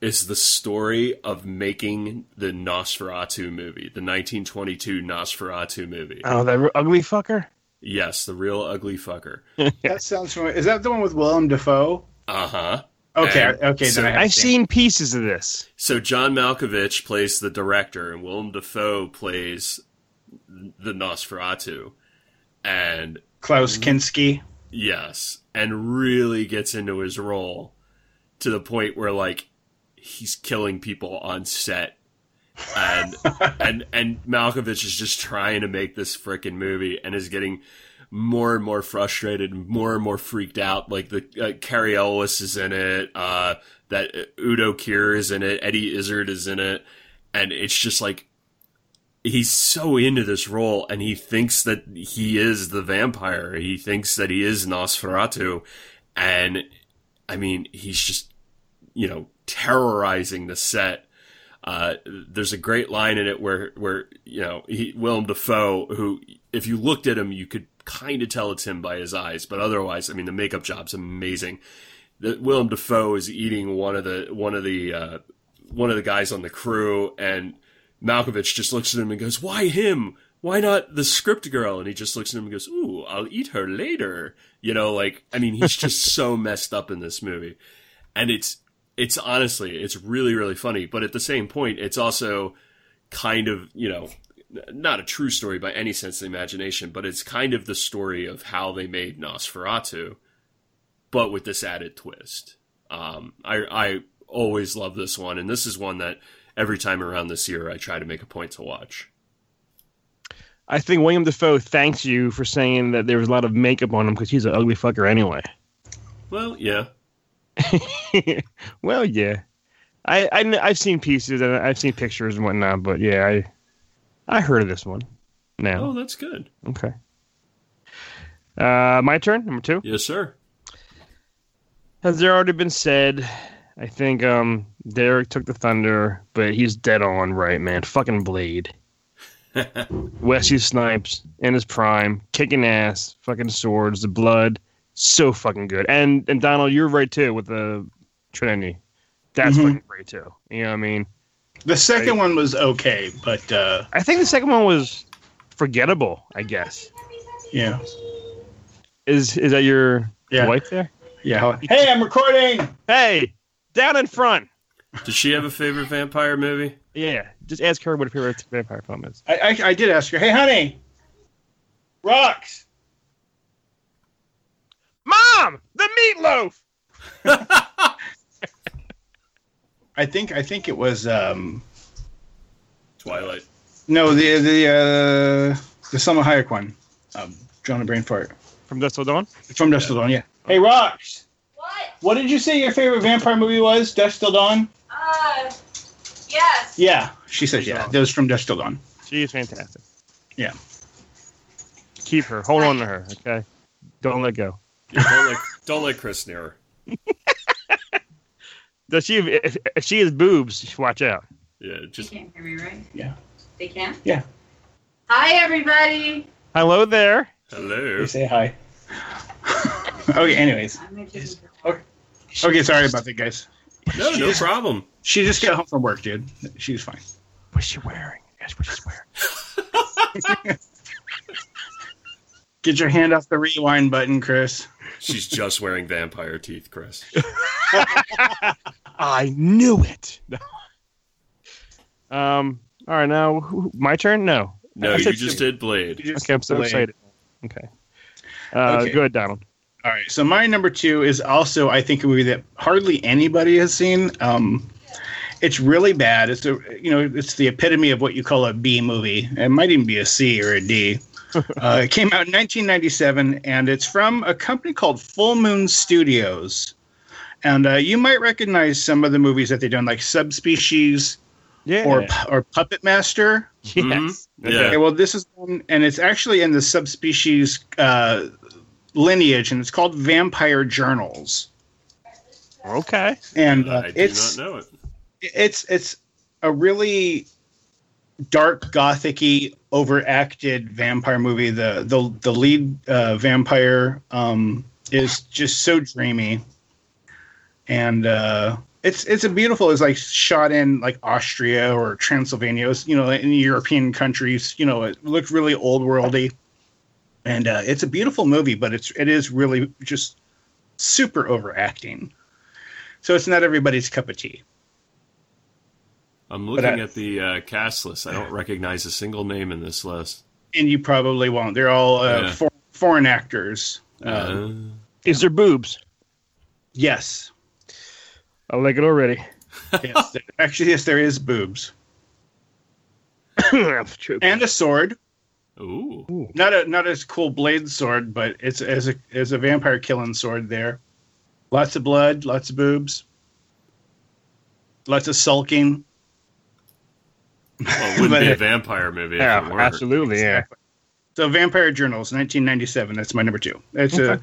Speaker 2: is the story of making the Nosferatu movie, the 1922 Nosferatu movie.
Speaker 1: Oh, that ugly fucker.
Speaker 2: Yes, the real ugly fucker.
Speaker 3: That sounds familiar. Is that the one with Willem Dafoe?
Speaker 2: Uh huh.
Speaker 3: Okay,
Speaker 2: And
Speaker 3: okay.
Speaker 2: so-
Speaker 3: then I have
Speaker 1: I've
Speaker 3: seen.
Speaker 1: seen pieces of this.
Speaker 2: So John Malkovich plays the director, and Willem Dafoe plays the Nosferatu. And
Speaker 3: Klaus Kinski.
Speaker 2: yes, and really gets into his role to the point where like he's killing people on set. And and and Malkovich is just trying to make this frickin' movie and is getting more and more frustrated, and more and more freaked out. Like the uh, Carrie Ellis is in it, uh, that uh, Udo Kier is in it, Eddie Izzard is in it, and it's just like he's so into this role, and he thinks that he is the vampire. He thinks that he is Nosferatu, and I mean, he's just you know terrorizing the set. Uh, there's a great line in it where where you know he, Willem Dafoe, who if you looked at him, you could kind of tell it's him by his eyes, but otherwise, I mean, the makeup job's amazing. The, Willem Dafoe is eating one of the one of the uh, one of the guys on the crew, and Malkovich just looks at him and goes, "Why him? Why not the script girl?" And he just looks at him and goes, "Ooh, I'll eat her later." You know, like I mean, he's just so messed up in this movie, and it's it's honestly it's really really funny but at the same point it's also kind of you know n- not a true story by any sense of the imagination but it's kind of the story of how they made nosferatu but with this added twist um, I, I always love this one and this is one that every time around this year i try to make a point to watch
Speaker 1: I think William Defoe thanks you for saying that there was a lot of makeup on him because he's an ugly fucker anyway. *laughs*
Speaker 2: well yeah
Speaker 1: well, yeah, I, I kn- I've seen pieces and I've seen pictures and whatnot, but yeah, I I heard of this one.
Speaker 2: oh
Speaker 1: Now,
Speaker 2: that's good
Speaker 1: okay. Uh, my turn, number two.
Speaker 2: yes sir *laughs*
Speaker 1: Has there already been said? I think um Derek took the thunder, but he's dead on right, man. Fucking Blade. Wesley Snipes in his prime, kicking ass, fucking swords, the blood, so fucking good. And and Donald, you're right too with the Trinity. That's
Speaker 3: Mhm.
Speaker 1: fucking great too. You know what I mean?
Speaker 3: The second one was okay, but uh,
Speaker 1: I think the second one was forgettable. I guess
Speaker 3: yeah,
Speaker 1: is is that your
Speaker 3: Yeah.
Speaker 1: wife there?
Speaker 3: yeah. Hey, I'm recording.
Speaker 1: Hey, down in front.
Speaker 2: does she have a favorite vampire movie
Speaker 1: Yeah, just ask her what her favorite vampire film is.
Speaker 3: I, I, I did ask her. Hey, honey, rocks.
Speaker 1: Mom, the meatloaf.
Speaker 3: I think I think it was um
Speaker 2: twilight
Speaker 3: no the the uh, the Selma Hayek one. Um, drawing a brain fart
Speaker 1: From Dust Till Dawn.
Speaker 3: from Dust Till Dawn. Yeah. Hey, rocks.
Speaker 4: What?
Speaker 3: What did you say your favorite vampire movie was? Dust Till Dawn.
Speaker 4: Uh, yes.
Speaker 3: Yeah, she says yeah. That was from Dust Till Dawn.
Speaker 1: She is fantastic.
Speaker 3: Yeah.
Speaker 1: Keep her. Hold on to her. Okay. Don't let go.
Speaker 2: Yeah, don't let don't let chris near her
Speaker 1: Does she? If, if she has boobs, watch out.
Speaker 2: yeah
Speaker 4: You
Speaker 2: just
Speaker 4: can't hear me, right?
Speaker 3: Yeah.
Speaker 4: They can?
Speaker 3: Yeah.
Speaker 4: Hi, everybody.
Speaker 1: Hello there.
Speaker 2: hello
Speaker 3: say hi. *laughs* okay. Anyways.
Speaker 4: I'm gonna take
Speaker 3: Okay. Sorry about that, guys.
Speaker 2: no no problem
Speaker 3: She just got home from work, dude. She was fine.
Speaker 1: What's she wearing? Guess what she's wearing.
Speaker 3: Get your hand off the rewind button, Chris.
Speaker 2: She's just wearing vampire teeth, Chris.
Speaker 1: I knew it. um. All right. Now who, who- my turn. No.
Speaker 2: No,
Speaker 1: I
Speaker 2: you
Speaker 1: said
Speaker 2: just
Speaker 1: Jimmy.
Speaker 2: did Blade.
Speaker 1: Okay. I'm so
Speaker 3: Blade.
Speaker 1: excited. Okay. Uh,
Speaker 3: Okay.
Speaker 1: Go ahead, Donald.
Speaker 3: All right. So my number two is also, I think, a movie that hardly anybody has seen. Um, it's really bad. It's a, you know, it's the epitome of what you call a B movie. It might even be a C or a D. Uh, it came out in 1997, and it's from a company called Full Moon Studios. And uh, you might recognize some of the movies that they've done, like Subspecies
Speaker 1: Yeah.
Speaker 3: or Mm-hmm. Pu- or Puppet Master.
Speaker 1: *laughs* yes.
Speaker 2: Mhm. Yeah.
Speaker 3: Okay, well, this is one, and it's actually in the subspecies uh, lineage, and it's called Vampire Journals.
Speaker 1: Okay.
Speaker 3: And uh,
Speaker 2: I do
Speaker 3: it's
Speaker 2: not know it.
Speaker 3: it's it's a really dark, gothicy, overacted vampire movie. The the the lead uh, vampire um, is just so dreamy, and uh, it's it's a beautiful. It's like shot in like Austria or Transylvania, it was, you know, in European countries. You know, it looked really old worldy, and uh, it's a beautiful movie. But it's it is really just super overacting. So it's not everybody's cup of tea.
Speaker 2: I'm looking
Speaker 3: I-
Speaker 2: at the uh, cast list. I don't recognize a single name in this list.
Speaker 3: and you probably won't. They're all uh,
Speaker 2: Yeah.
Speaker 3: for, foreign actors. Uh,
Speaker 1: Uh-huh.
Speaker 2: Uh,
Speaker 1: Is there boobs?
Speaker 3: yes,
Speaker 1: I like it
Speaker 3: *coughs*
Speaker 1: already.
Speaker 3: yes. *laughs* there- actually, yes, there is boobs
Speaker 1: I'm joking.
Speaker 3: and a sword.
Speaker 2: Ooh.
Speaker 3: Not a not as cool blade sword, but it's as a as a vampire killing sword there. Lots of blood, lots of boobs, lots of sulking.
Speaker 2: Well, it wouldn't be a
Speaker 3: But-
Speaker 2: vampire movie. if
Speaker 1: Yeah,
Speaker 2: it weren't.
Speaker 1: absolutely. Yeah.
Speaker 3: Exactly. So Vampire Journals, 1997. That's my number two. It's a,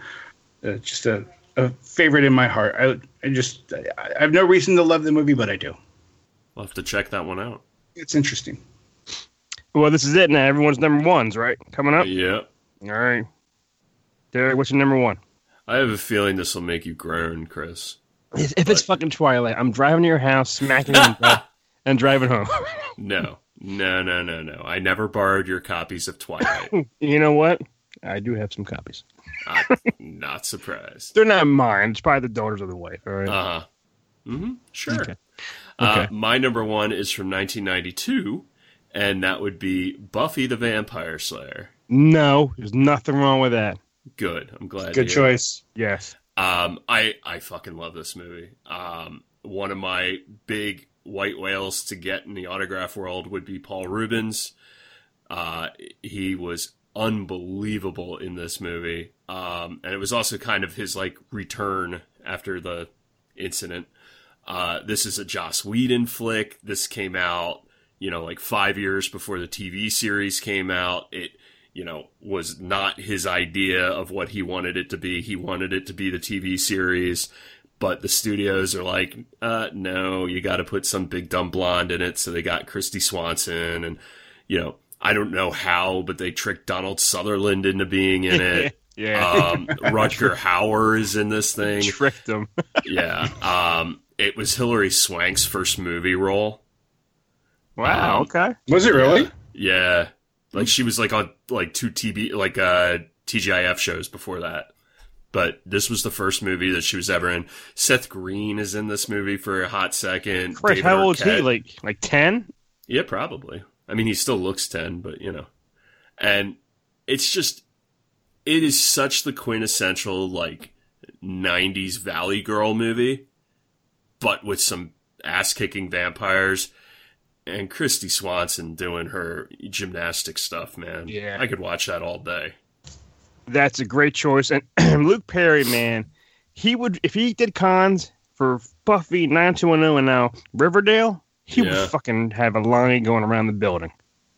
Speaker 3: uh just a, a favorite in my heart. I, I just I, I have no reason to love the movie, but I do.
Speaker 2: We'll have to check that one out.
Speaker 3: It's interesting.
Speaker 1: Well, this is it now. Everyone's number ones, right? Coming up.
Speaker 2: Yeah.
Speaker 1: All right. Derek, what's your number one?
Speaker 2: I have a feeling this will make you groan, Chris.
Speaker 1: If, if it's fucking Twilight, I'm driving to your house, smacking *laughs* you in the butt, and driving home.
Speaker 2: No. No, no, no, no. I never borrowed your copies of Twilight.
Speaker 1: you know what? I do have some copies.
Speaker 2: I'm not surprised.
Speaker 1: They're not mine. It's probably the daughters of the wife. All right.
Speaker 2: Uh huh. hmm Sure.
Speaker 1: Okay.
Speaker 2: Uh,
Speaker 1: Okay.
Speaker 2: my number one is from 1992, and that would be Buffy the Vampire Slayer.
Speaker 1: no, there's nothing wrong with that.
Speaker 2: Good. I'm glad.
Speaker 3: Good
Speaker 2: to hear.
Speaker 3: choice.
Speaker 1: Yes.
Speaker 2: Um, I I fucking love this movie. Um, one of my big white whales to get in the autograph world would be Paul Rubens. Uh, he was unbelievable in this movie, um, and it was also kind of his like return after the incident. Uh, this is a Joss Whedon flick. This came out, you know, like five years before the TV series came out. It you know, was not his idea of what he wanted it to be. He wanted it to be the TV series, but the studios are like, uh, no, you got to put some big dumb blonde in it. So they got Christy Swanson and, you know, I don't know how, but they tricked Donald Sutherland into being in it.
Speaker 1: *laughs* Yeah.
Speaker 2: um, Rutger Hauer is in this thing.
Speaker 1: Tricked them. *laughs*
Speaker 2: Yeah. Um, it was Hilary Swank's first movie role.
Speaker 1: Wow.
Speaker 2: Um,
Speaker 1: okay.
Speaker 3: Was it really?
Speaker 2: Yeah. Like she was like on like two TB like uh TGIF shows before that. But this was the first movie that she was ever in. Seth Green is in this movie for a hot second.
Speaker 1: Chris,
Speaker 2: David
Speaker 1: how old is he?
Speaker 2: Arquette.
Speaker 1: Like like ten?
Speaker 2: Yeah, probably. I mean, he still looks 10, but you know. And it's just, it is such the quintessential, like, 90s Valley Girl movie, but with some ass kicking vampires and Christy Swanson doing her gymnastic stuff, man.
Speaker 1: Yeah.
Speaker 2: I could watch that all day.
Speaker 1: That's a great choice. And *clears throat* Luke Perry, man, he would if he did cons for Buffy, nine two one zero, and now Riverdale, he
Speaker 2: Yeah.
Speaker 1: would fucking have a line going around the building.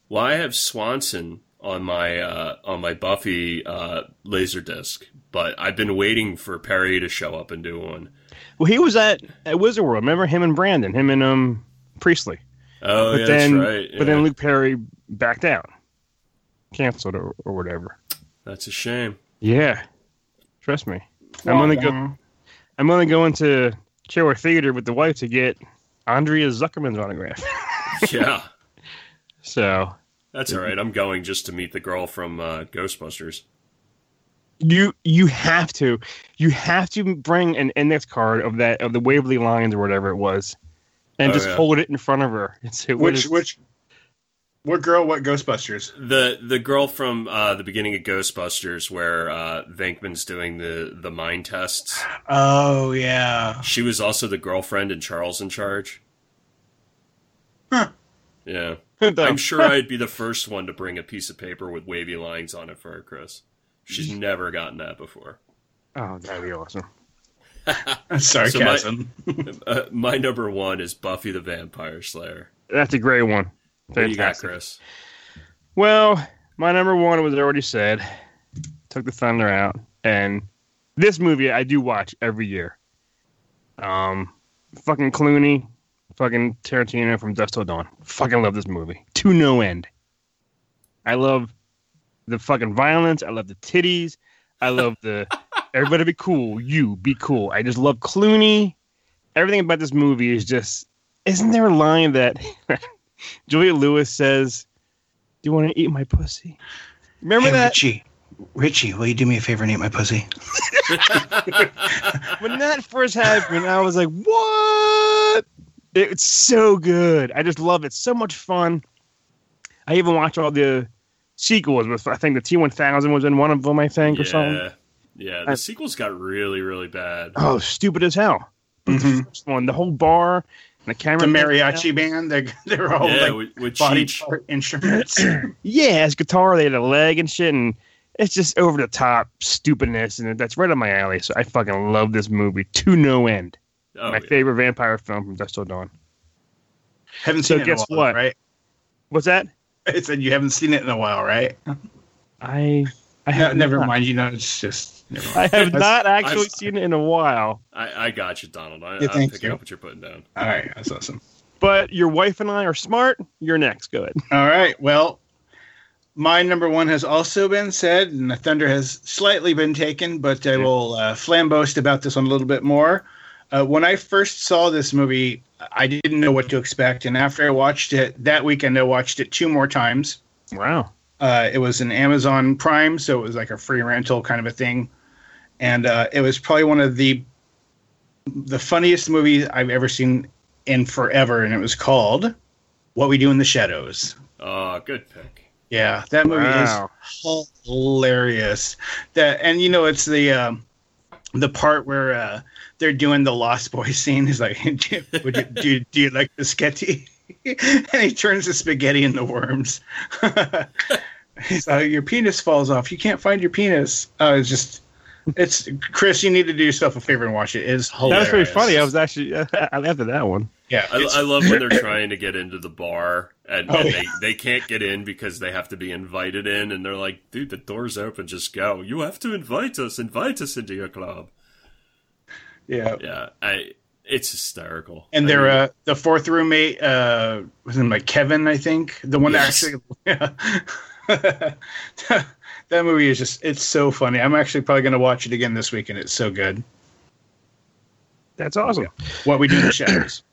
Speaker 2: Well, I have Swanson on my uh, on my Buffy uh, laser disc, but I've been waiting for Perry to show up and do one.
Speaker 1: Well, he was at at Wizard World. Remember him and Brandon, him and um Priestley.
Speaker 2: Oh,
Speaker 1: but
Speaker 2: yeah,
Speaker 1: then,
Speaker 2: that's right.
Speaker 1: but
Speaker 2: yeah.
Speaker 1: then Luke Perry backed out, canceled or, or whatever.
Speaker 2: That's a shame. *laughs*
Speaker 1: Yeah, trust me. I'm gonna go. I'm gonna go into Killer Theater with the wife to get Andrea Zuckerman's autograph. *laughs*
Speaker 2: Yeah,
Speaker 1: So
Speaker 2: that's all right. I'm going just to meet the girl from uh, Ghostbusters.
Speaker 1: you you have to you have to bring an index card of that of the Waverly Lions or whatever it was, and
Speaker 2: Oh,
Speaker 1: just
Speaker 2: yeah.
Speaker 1: hold it in front of her and say, what
Speaker 3: Which
Speaker 1: is- *laughs*
Speaker 3: which what girl? What Ghostbusters?
Speaker 2: The the girl from uh, the beginning of Ghostbusters, where uh, Venkman's doing the the mind tests.
Speaker 3: Oh *laughs* yeah.
Speaker 2: She was also the girlfriend in Charles in Charge.
Speaker 3: Huh.
Speaker 2: Yeah,
Speaker 1: the-
Speaker 2: I'm
Speaker 1: *laughs*
Speaker 2: sure I'd be the first one to bring a piece of paper with wavy lines on it for her, Chris. She's never gotten that before.
Speaker 1: Oh, that'd be awesome.
Speaker 3: Sarcasm.
Speaker 2: Uh, my number one is Buffy the Vampire Slayer.
Speaker 1: That's a great one.
Speaker 2: What do you got,
Speaker 1: Fantastic.
Speaker 2: Chris?
Speaker 1: Well, my number one was already said. Took the thunder out, and this movie I do watch every year. Um, fucking Clooney, fucking Tarantino from Dust Till Dawn. Fucking love this movie to no end. I love the fucking violence. I love the titties. I love the everybody be cool. You be cool. I just love Clooney. Everything about this movie is just. Isn't there a line that *laughs* Julia Lewis says? Do you want to eat my pussy? Remember
Speaker 3: Hey,
Speaker 1: that?
Speaker 3: Richie, Richie, will you do me a favor and eat my pussy?
Speaker 1: *laughs*
Speaker 2: *laughs*
Speaker 1: when that first happened, I was like, "What?" It's so good. I just love it. So much fun. I even watch all the sequels. With I think the T one thousand was in one of them. I think or something.
Speaker 2: Yeah, yeah. The
Speaker 1: I- *laughs*
Speaker 2: sequels got really, really bad.
Speaker 1: Oh, stupid as hell. First one, the whole bar, the camera.
Speaker 3: Mm-hmm. The mariachi band. They're *laughs* they're all
Speaker 2: yeah,
Speaker 3: Oh, like
Speaker 2: with, with
Speaker 3: body
Speaker 2: Cheech.
Speaker 3: part
Speaker 1: *laughs*
Speaker 3: instruments.
Speaker 1: Yeah, his guitar, they had a leg and shit, and it's just over the top stupidness, and that's right up my alley. So I fucking love this movie to no end.
Speaker 2: Oh,
Speaker 1: my
Speaker 2: yeah.
Speaker 1: favorite vampire film from Dust Till Dawn.
Speaker 3: haven't
Speaker 1: So
Speaker 3: seen it
Speaker 1: guess
Speaker 3: in a while,
Speaker 1: what?
Speaker 3: right? *laughs*
Speaker 1: What's that?
Speaker 3: I said you haven't seen it in a while, right?
Speaker 1: I I
Speaker 3: No,
Speaker 1: have
Speaker 3: never
Speaker 1: not.
Speaker 3: mind. You know, it's just. Never
Speaker 1: *laughs*
Speaker 3: mind.
Speaker 1: I have
Speaker 3: That's-
Speaker 1: not actually
Speaker 2: I've-
Speaker 1: seen it in a while.
Speaker 2: I, I got you, Donald. I,
Speaker 3: Yeah,
Speaker 2: I'm
Speaker 3: thank
Speaker 2: picking
Speaker 3: you.
Speaker 2: up what you're putting down.
Speaker 3: All right, that's awesome.
Speaker 1: But your wife and I are smart. You're next. Go ahead.
Speaker 3: All right. Well, my number one has also been said, and the thunder has slightly been taken, but I
Speaker 1: Yeah.
Speaker 3: will uh, flamboast about this one a little bit more. Uh, when I first saw this movie, I didn't know what to expect, and after I watched it that weekend, I watched it two more times.
Speaker 1: Wow.
Speaker 3: Uh, it was an Amazon Prime, so it was like a free rental kind of a thing, and uh, it was probably one of the the funniest movies I've ever seen in forever, and it was called "What We Do in the Shadows."
Speaker 2: Oh, good pick.
Speaker 3: Yeah, that movie
Speaker 1: Wow.
Speaker 3: is hilarious. That and you know it's the um, the part where uh, they're doing the Lost Boy *laughs* scene. He's like, do, would you, do, do you like biscotti? *laughs* and he turns to spaghetti and the worms. *laughs* He's like, your penis falls off. You can't find your penis. Uh, it's just, it's Chris. You need to do yourself a favor and watch it. It's
Speaker 1: That
Speaker 3: hilarious.
Speaker 1: was pretty funny. I was actually *laughs* I after that one.
Speaker 3: yeah.
Speaker 2: I,
Speaker 3: it's-
Speaker 2: I love when they're
Speaker 3: *laughs*
Speaker 2: trying to get into the bar and,
Speaker 3: Oh,
Speaker 2: and
Speaker 3: yeah.
Speaker 2: they, they can't get in because they have to be invited in, and they're like, dude, the door's open, just go. You have to invite us, invite us into your club.
Speaker 3: yeah.
Speaker 2: Yeah, I. It's hysterical.
Speaker 3: And
Speaker 2: I
Speaker 3: their
Speaker 2: mean,
Speaker 3: uh, the fourth roommate uh, was in like Kevin, I think, the one
Speaker 2: Yes.
Speaker 3: *laughs* that actually. Yeah. that movie is just it's so funny. I'm actually probably going to watch it again this weekend. It's so good.
Speaker 1: That's awesome.
Speaker 3: What we do in the shadows.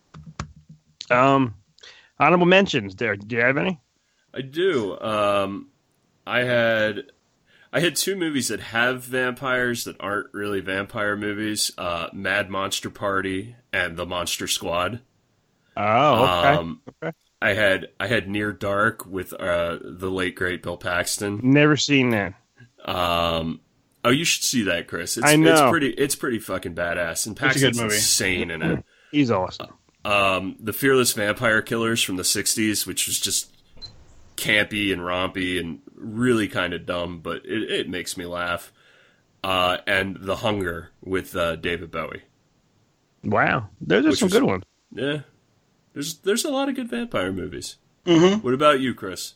Speaker 1: Um, honorable mentions. There. Do you have any?
Speaker 2: I do. Um, I had I had two movies that have vampires that aren't really vampire movies: uh, Mad Monster Party and The Monster Squad.
Speaker 1: Oh, okay.
Speaker 2: Um,
Speaker 1: Okay.
Speaker 2: I had I had Near Dark with uh, the late great Bill Paxton.
Speaker 1: Never seen that.
Speaker 2: Um, oh, you should see that, Chris. It's,
Speaker 1: I know.
Speaker 2: It's pretty. It's pretty fucking badass, and
Speaker 3: It's a good
Speaker 2: Paxton's
Speaker 3: movie.
Speaker 2: insane in it.
Speaker 1: He's awesome.
Speaker 2: Um, the Fearless Vampire Killers from the '60s, which was just campy and rompy and really kind of dumb, but it, it makes me laugh. Uh, and The Hunger with uh, David Bowie.
Speaker 1: Wow. Those are
Speaker 2: Which
Speaker 1: some
Speaker 2: is-
Speaker 1: good ones.
Speaker 2: Yeah, there's there's a lot of good vampire movies.
Speaker 1: *laughs*
Speaker 3: Mm-hmm.
Speaker 2: What about you, Chris?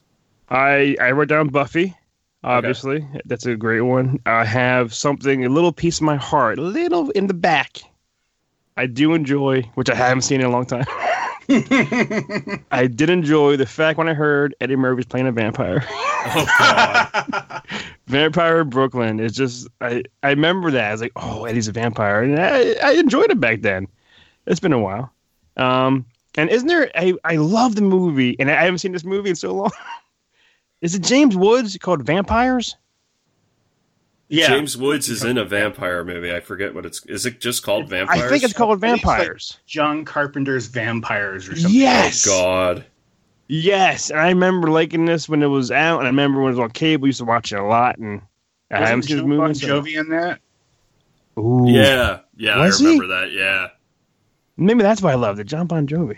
Speaker 1: I I wrote down Buffy. Obviously, that's a great one. I have something a little piece of my heart, a little in the back. I do enjoy, which I haven't seen in a long time. I did enjoy the fact when I heard Eddie Murphy was playing a vampire.
Speaker 2: *laughs*
Speaker 1: *laughs*
Speaker 2: Oh, God.
Speaker 3: Uh,
Speaker 1: Vampire in Brooklyn is just I I remember that. I was like, oh, Eddie's a vampire, and I, I enjoyed it back then. It's been a while. Um, and isn't there? I I love the movie, and I haven't seen this movie in so long. *laughs* is it James Woods called Vampires?
Speaker 3: yeah.
Speaker 2: James Woods is in a vampire movie. I forget what it's. Is it just called Vampires?
Speaker 1: I think it's called
Speaker 3: I think it's like-
Speaker 1: Vampires.
Speaker 3: John Carpenter's Vampires or something.
Speaker 1: Yes,
Speaker 2: God.
Speaker 1: yes. And I remember liking this when it was out, and I remember when it was on cable. I used to watch it a lot, and I haven't
Speaker 3: Wasn't
Speaker 1: seen this
Speaker 3: Joe Bon
Speaker 1: movie. in so long.
Speaker 3: Jovi in that.
Speaker 1: Ooh.
Speaker 2: Yeah, yeah,
Speaker 1: Was
Speaker 2: I
Speaker 1: he?
Speaker 2: remember that. Yeah.
Speaker 1: maybe that's why I loved it. John Bon Jovi.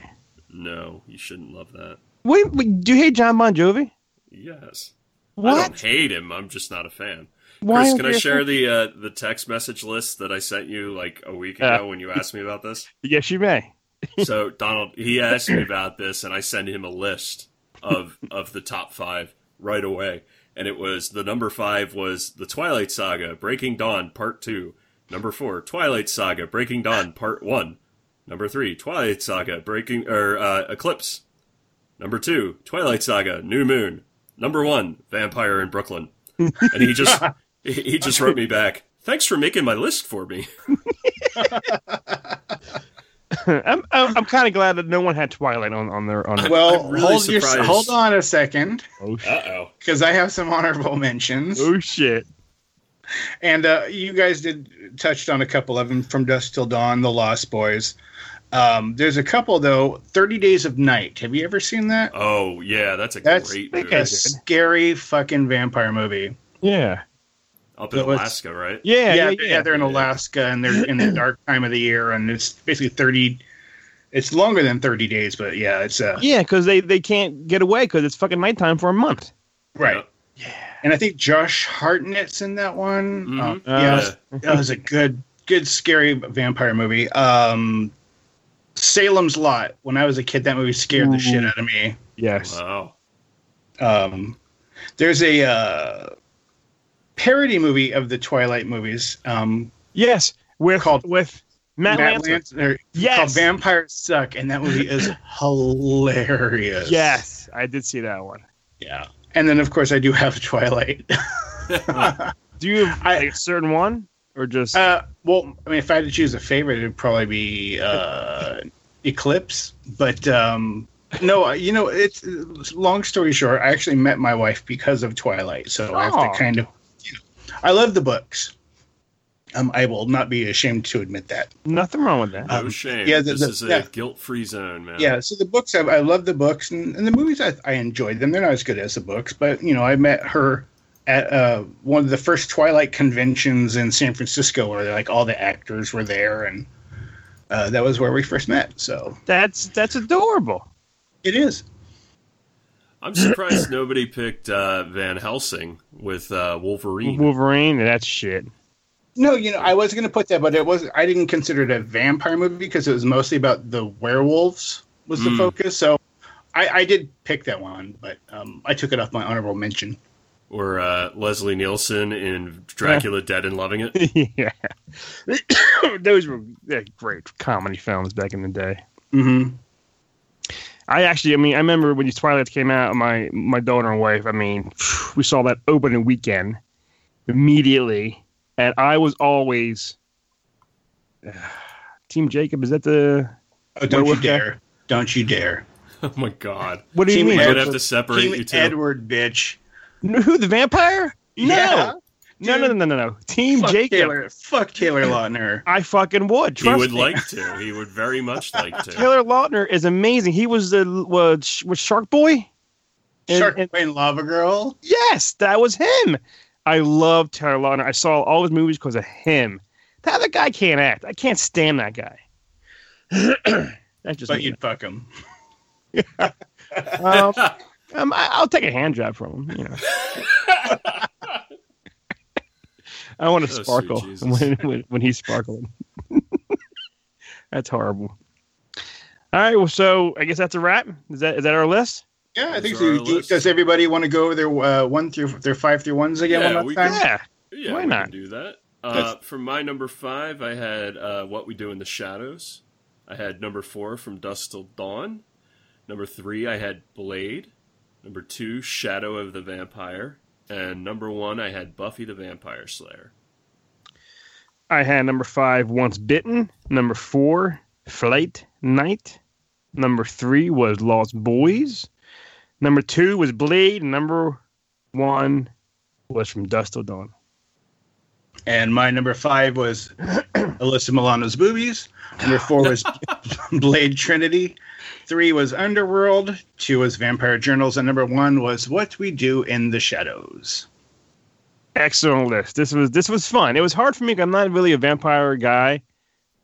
Speaker 2: No, you shouldn't love that.
Speaker 1: Wait, wait, do you hate John Bon Jovi?
Speaker 2: Yes. I
Speaker 1: What?
Speaker 2: don't hate him. I'm just not a fan.
Speaker 1: Why
Speaker 2: Chris,
Speaker 1: aren't
Speaker 2: can I
Speaker 1: you a
Speaker 2: share the uh, the text message list that I sent you like a week
Speaker 1: Uh.
Speaker 2: ago when you asked me about this?
Speaker 1: Yes, you may. *laughs*
Speaker 2: so Donald, he asked me about this, and I sent him a list of of the top five right away. And it was the number five was the Twilight Saga: Breaking Dawn Part Two. Number four, Twilight Saga: Breaking Dawn Part One. Number three, Twilight Saga: Breaking or uh, Eclipse. Number two, Twilight Saga: New Moon. Number one, Vampire in Brooklyn. And he just he- he just wrote me back. Thanks for making my list for me.
Speaker 1: I'm I'm, I'm kind of glad that no one had Twilight on on their on. Their,
Speaker 3: Well,
Speaker 2: I'm really
Speaker 3: hold your,
Speaker 2: surprised.
Speaker 3: hold on a second
Speaker 1: oh
Speaker 2: Uh
Speaker 1: shit!
Speaker 2: oh.
Speaker 3: because I have some honorable mentions.
Speaker 1: Oh shit!
Speaker 3: And uh, you guys did touched on a couple of them from Dusk Till Dawn, The Lost Boys. Um, there's a couple though. Thirty Days of Night. Have you ever seen that?
Speaker 2: Oh yeah, that's a
Speaker 3: That's
Speaker 2: great
Speaker 1: think
Speaker 2: movie.
Speaker 1: I
Speaker 3: a scary fucking vampire movie.
Speaker 1: Yeah,
Speaker 2: Up in
Speaker 3: That was-
Speaker 2: Alaska, right?
Speaker 1: yeah, yeah, yeah.
Speaker 3: they're in Alaska and they're in the dark time of the year, and it's basically thirty It's longer than 30 days, but yeah, it's uh,
Speaker 1: Yeah, because they, they can't get away because it's fucking nighttime for a month.
Speaker 3: right. And I think Josh Hartnett's in that one.
Speaker 2: Mhm.
Speaker 3: Um,
Speaker 1: Uh,
Speaker 3: yeah, that was, that was a good, good scary vampire movie. Um, Salem's Lot. When I was a kid, that movie scared the
Speaker 1: Ooh.
Speaker 3: shit out of me.
Speaker 1: Yes.
Speaker 2: Wow.
Speaker 3: Um, there's a uh, parody movie of the Twilight movies um,
Speaker 1: Yes. With
Speaker 3: Called-
Speaker 1: with Matt,
Speaker 3: Matt
Speaker 1: Lancer.
Speaker 3: Lancer- called
Speaker 1: Yes.
Speaker 3: Vampires Suck, and that movie
Speaker 1: *laughs*
Speaker 3: is hilarious.
Speaker 1: Yes. I did see that one.
Speaker 3: Yeah. And then, of course, I do have Twilight.
Speaker 1: Do you have
Speaker 3: I-
Speaker 1: like, a certain one or just
Speaker 3: Uh, well, I mean, if I had to choose a favorite, it'd probably be uh, Eclipse. But um, no, you know, it's long story short. I actually met my wife because of Twilight, so I have
Speaker 1: Oh.
Speaker 3: to kind of. You know, I love the books. Um, I will not be ashamed to admit that.
Speaker 1: nothing wrong with that?
Speaker 2: No
Speaker 3: Um,
Speaker 2: shame.
Speaker 3: yeah, the-
Speaker 2: this
Speaker 3: the-
Speaker 2: is a
Speaker 3: yeah.
Speaker 2: guilt-free zone, man.
Speaker 3: Yeah, so the books, I, I love the books, and, and the movies, I, I enjoyed them. They're not as good as the books, but, you know, I met her at uh, one of the first Twilight conventions in San Francisco where, like, all the actors were there, and uh, that was where we first met. So
Speaker 1: That's that's adorable.
Speaker 3: it is.
Speaker 2: I'm surprised nobody picked uh, Van Helsing with uh, Wolverine.
Speaker 1: Wolverine, that's shit.
Speaker 3: No, you know, I was going to put that, but it was I didn't consider it a vampire movie because it was mostly about the werewolves was the
Speaker 2: Mm.
Speaker 3: focus. So I, I did pick that one, but um, I took it off my honorable mention.
Speaker 2: or uh, Leslie Nielsen in Dracula Dead and Loving
Speaker 3: *laughs*
Speaker 2: It.
Speaker 1: *laughs* yeah. *coughs* Those were yeah, great comedy films back in the day.
Speaker 3: Mm-hmm.
Speaker 1: I actually, I mean, I remember when Twilight came out, my my daughter and wife. I mean, we saw that opening weekend immediately, and I was always *sighs* Team Jacob. Is that the
Speaker 3: Oh, don't you
Speaker 1: Werewolf guy?
Speaker 3: dare. Don't you dare.
Speaker 2: Oh my god!
Speaker 1: what do
Speaker 3: Team
Speaker 1: you mean?
Speaker 2: I'm gonna
Speaker 3: Edward.
Speaker 2: have to separate
Speaker 3: Team
Speaker 2: you two.
Speaker 3: Edward, bitch.
Speaker 1: Who the vampire? No,
Speaker 3: Yeah,
Speaker 1: no, no, no, no, no, no. Team
Speaker 3: Fuck
Speaker 1: Jacob.
Speaker 3: Taylor. Fuck Taylor Lautner.
Speaker 1: I fucking would.
Speaker 2: he
Speaker 1: Trust
Speaker 2: would
Speaker 1: me.
Speaker 2: like to. He would very much like
Speaker 3: *laughs*
Speaker 2: to.
Speaker 1: Taylor Lautner is amazing. He was the was, was Shark Boy. And-
Speaker 3: *laughs* Shark
Speaker 1: and-
Speaker 3: Boy and Lava Girl.
Speaker 1: Yes, that was him. I love Taylor Lautner. I saw all his movies because of him. That other guy can't act. I can't stand that guy. *clears throat* That's just
Speaker 3: But
Speaker 1: me.
Speaker 3: you'd fuck *laughs* him.
Speaker 1: Um,
Speaker 2: *laughs*
Speaker 1: um, I, I'll take a hand job from him. You know. I want to
Speaker 2: Oh, sweet
Speaker 1: sparkle *laughs*
Speaker 2: Jesus.
Speaker 1: when, when when he's sparkling. *laughs* that's horrible. All right. Well, so I guess that's a wrap. Is that is that our list?
Speaker 3: Yeah, I
Speaker 2: Those
Speaker 3: think
Speaker 2: are our
Speaker 3: so. Do-
Speaker 2: lists.
Speaker 3: Does everybody want to go over their uh, one through their five through ones again
Speaker 2: Yeah,
Speaker 3: one
Speaker 2: we
Speaker 3: last time?
Speaker 1: Yeah.
Speaker 2: yeah,
Speaker 1: Why
Speaker 2: we
Speaker 1: not?
Speaker 2: Can do that. Uh, for my number five, I had uh, What We Do in the Shadows. I had number four from Dusk Till Dawn. Number three, I had Blade. Number two, Shadow of the Vampire. And number one, I had Buffy the Vampire Slayer.
Speaker 1: I had number five, Once Bitten. Number four, Flight Night. Number three was Lost Boys. Number two was Blade. Number one was From Dust Till Dawn.
Speaker 3: And my number five was *clears throat* Alyssa Milano's boobies. Number four was *laughs* Blade Trinity. Three was Underworld. Two was Vampire Journals. And number one was What We Do in the Shadows.
Speaker 1: Excellent list. This was this was fun. It was hard for me. 'cause I'm not really a vampire guy,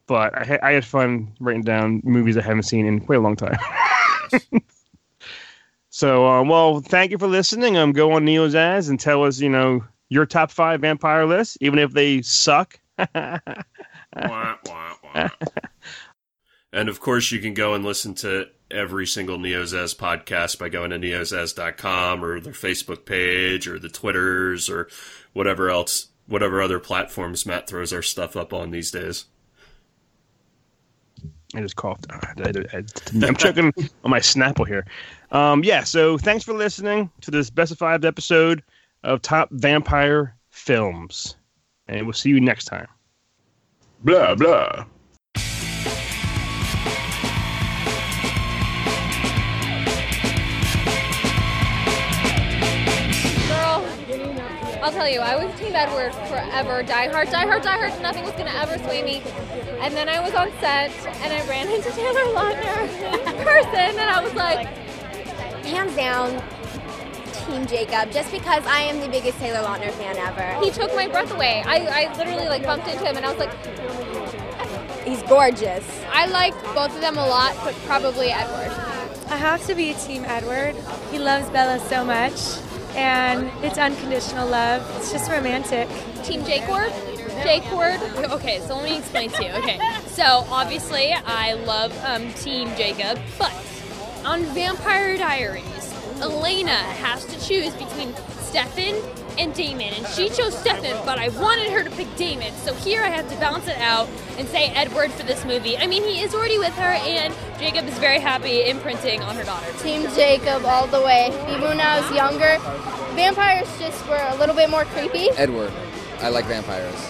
Speaker 1: but I, ha- I had fun writing down movies I haven't seen in quite a long time. *laughs*
Speaker 2: Yes.
Speaker 1: So, uh, well, thank you for listening. Um, go on Neo's ads and tell us, you know, your top five vampire lists, even if they suck. *laughs*
Speaker 2: Wah, wah, wah. and of course, you can go and listen to every single Neozaz podcast by going to neozaz.com or their Facebook page or the Twitters or whatever else, whatever other platforms Matt throws our stuff up on these days.
Speaker 1: I just coughed. *laughs* Ah, I- I- I- I'm checking on my Snapple here. Um, yeah, so thanks for listening to this best of five episode of Top Vampire Films, and we'll see you next time.
Speaker 3: Blah, blah.
Speaker 5: Girl, I'll tell you, I was Team Edward forever. Die hard, die hard, die hard. Nothing was gonna ever sway me. And then I was on set and I ran into Taylor Lautner *laughs* in person, and I was like,
Speaker 6: hands down, Team Jacob, just because I am the biggest Taylor Lautner fan ever.
Speaker 5: he took my breath away. I, I literally like bumped into him, and I was like,
Speaker 6: He's gorgeous.
Speaker 5: I liked both of them a lot, but probably Edward.
Speaker 7: I have to be Team Edward. He loves Bella so much, and it's unconditional love. It's just romantic.
Speaker 8: Team Jake Ward? Jake Ward? Okay, so let me explain to you. Okay, so obviously I love um, Team Jacob, but on Vampire Diaries, Elena has to choose between Stefan and Damon, and she chose Stefan, but I wanted her to pick Damon, so here I have to balance it out and say Edward for this movie. I mean, he is already with her, and Jacob is very happy imprinting on her daughter.
Speaker 9: Team Jacob all the way. Even when I was younger, vampires just were a little bit more creepy.
Speaker 10: Edward. I like vampires.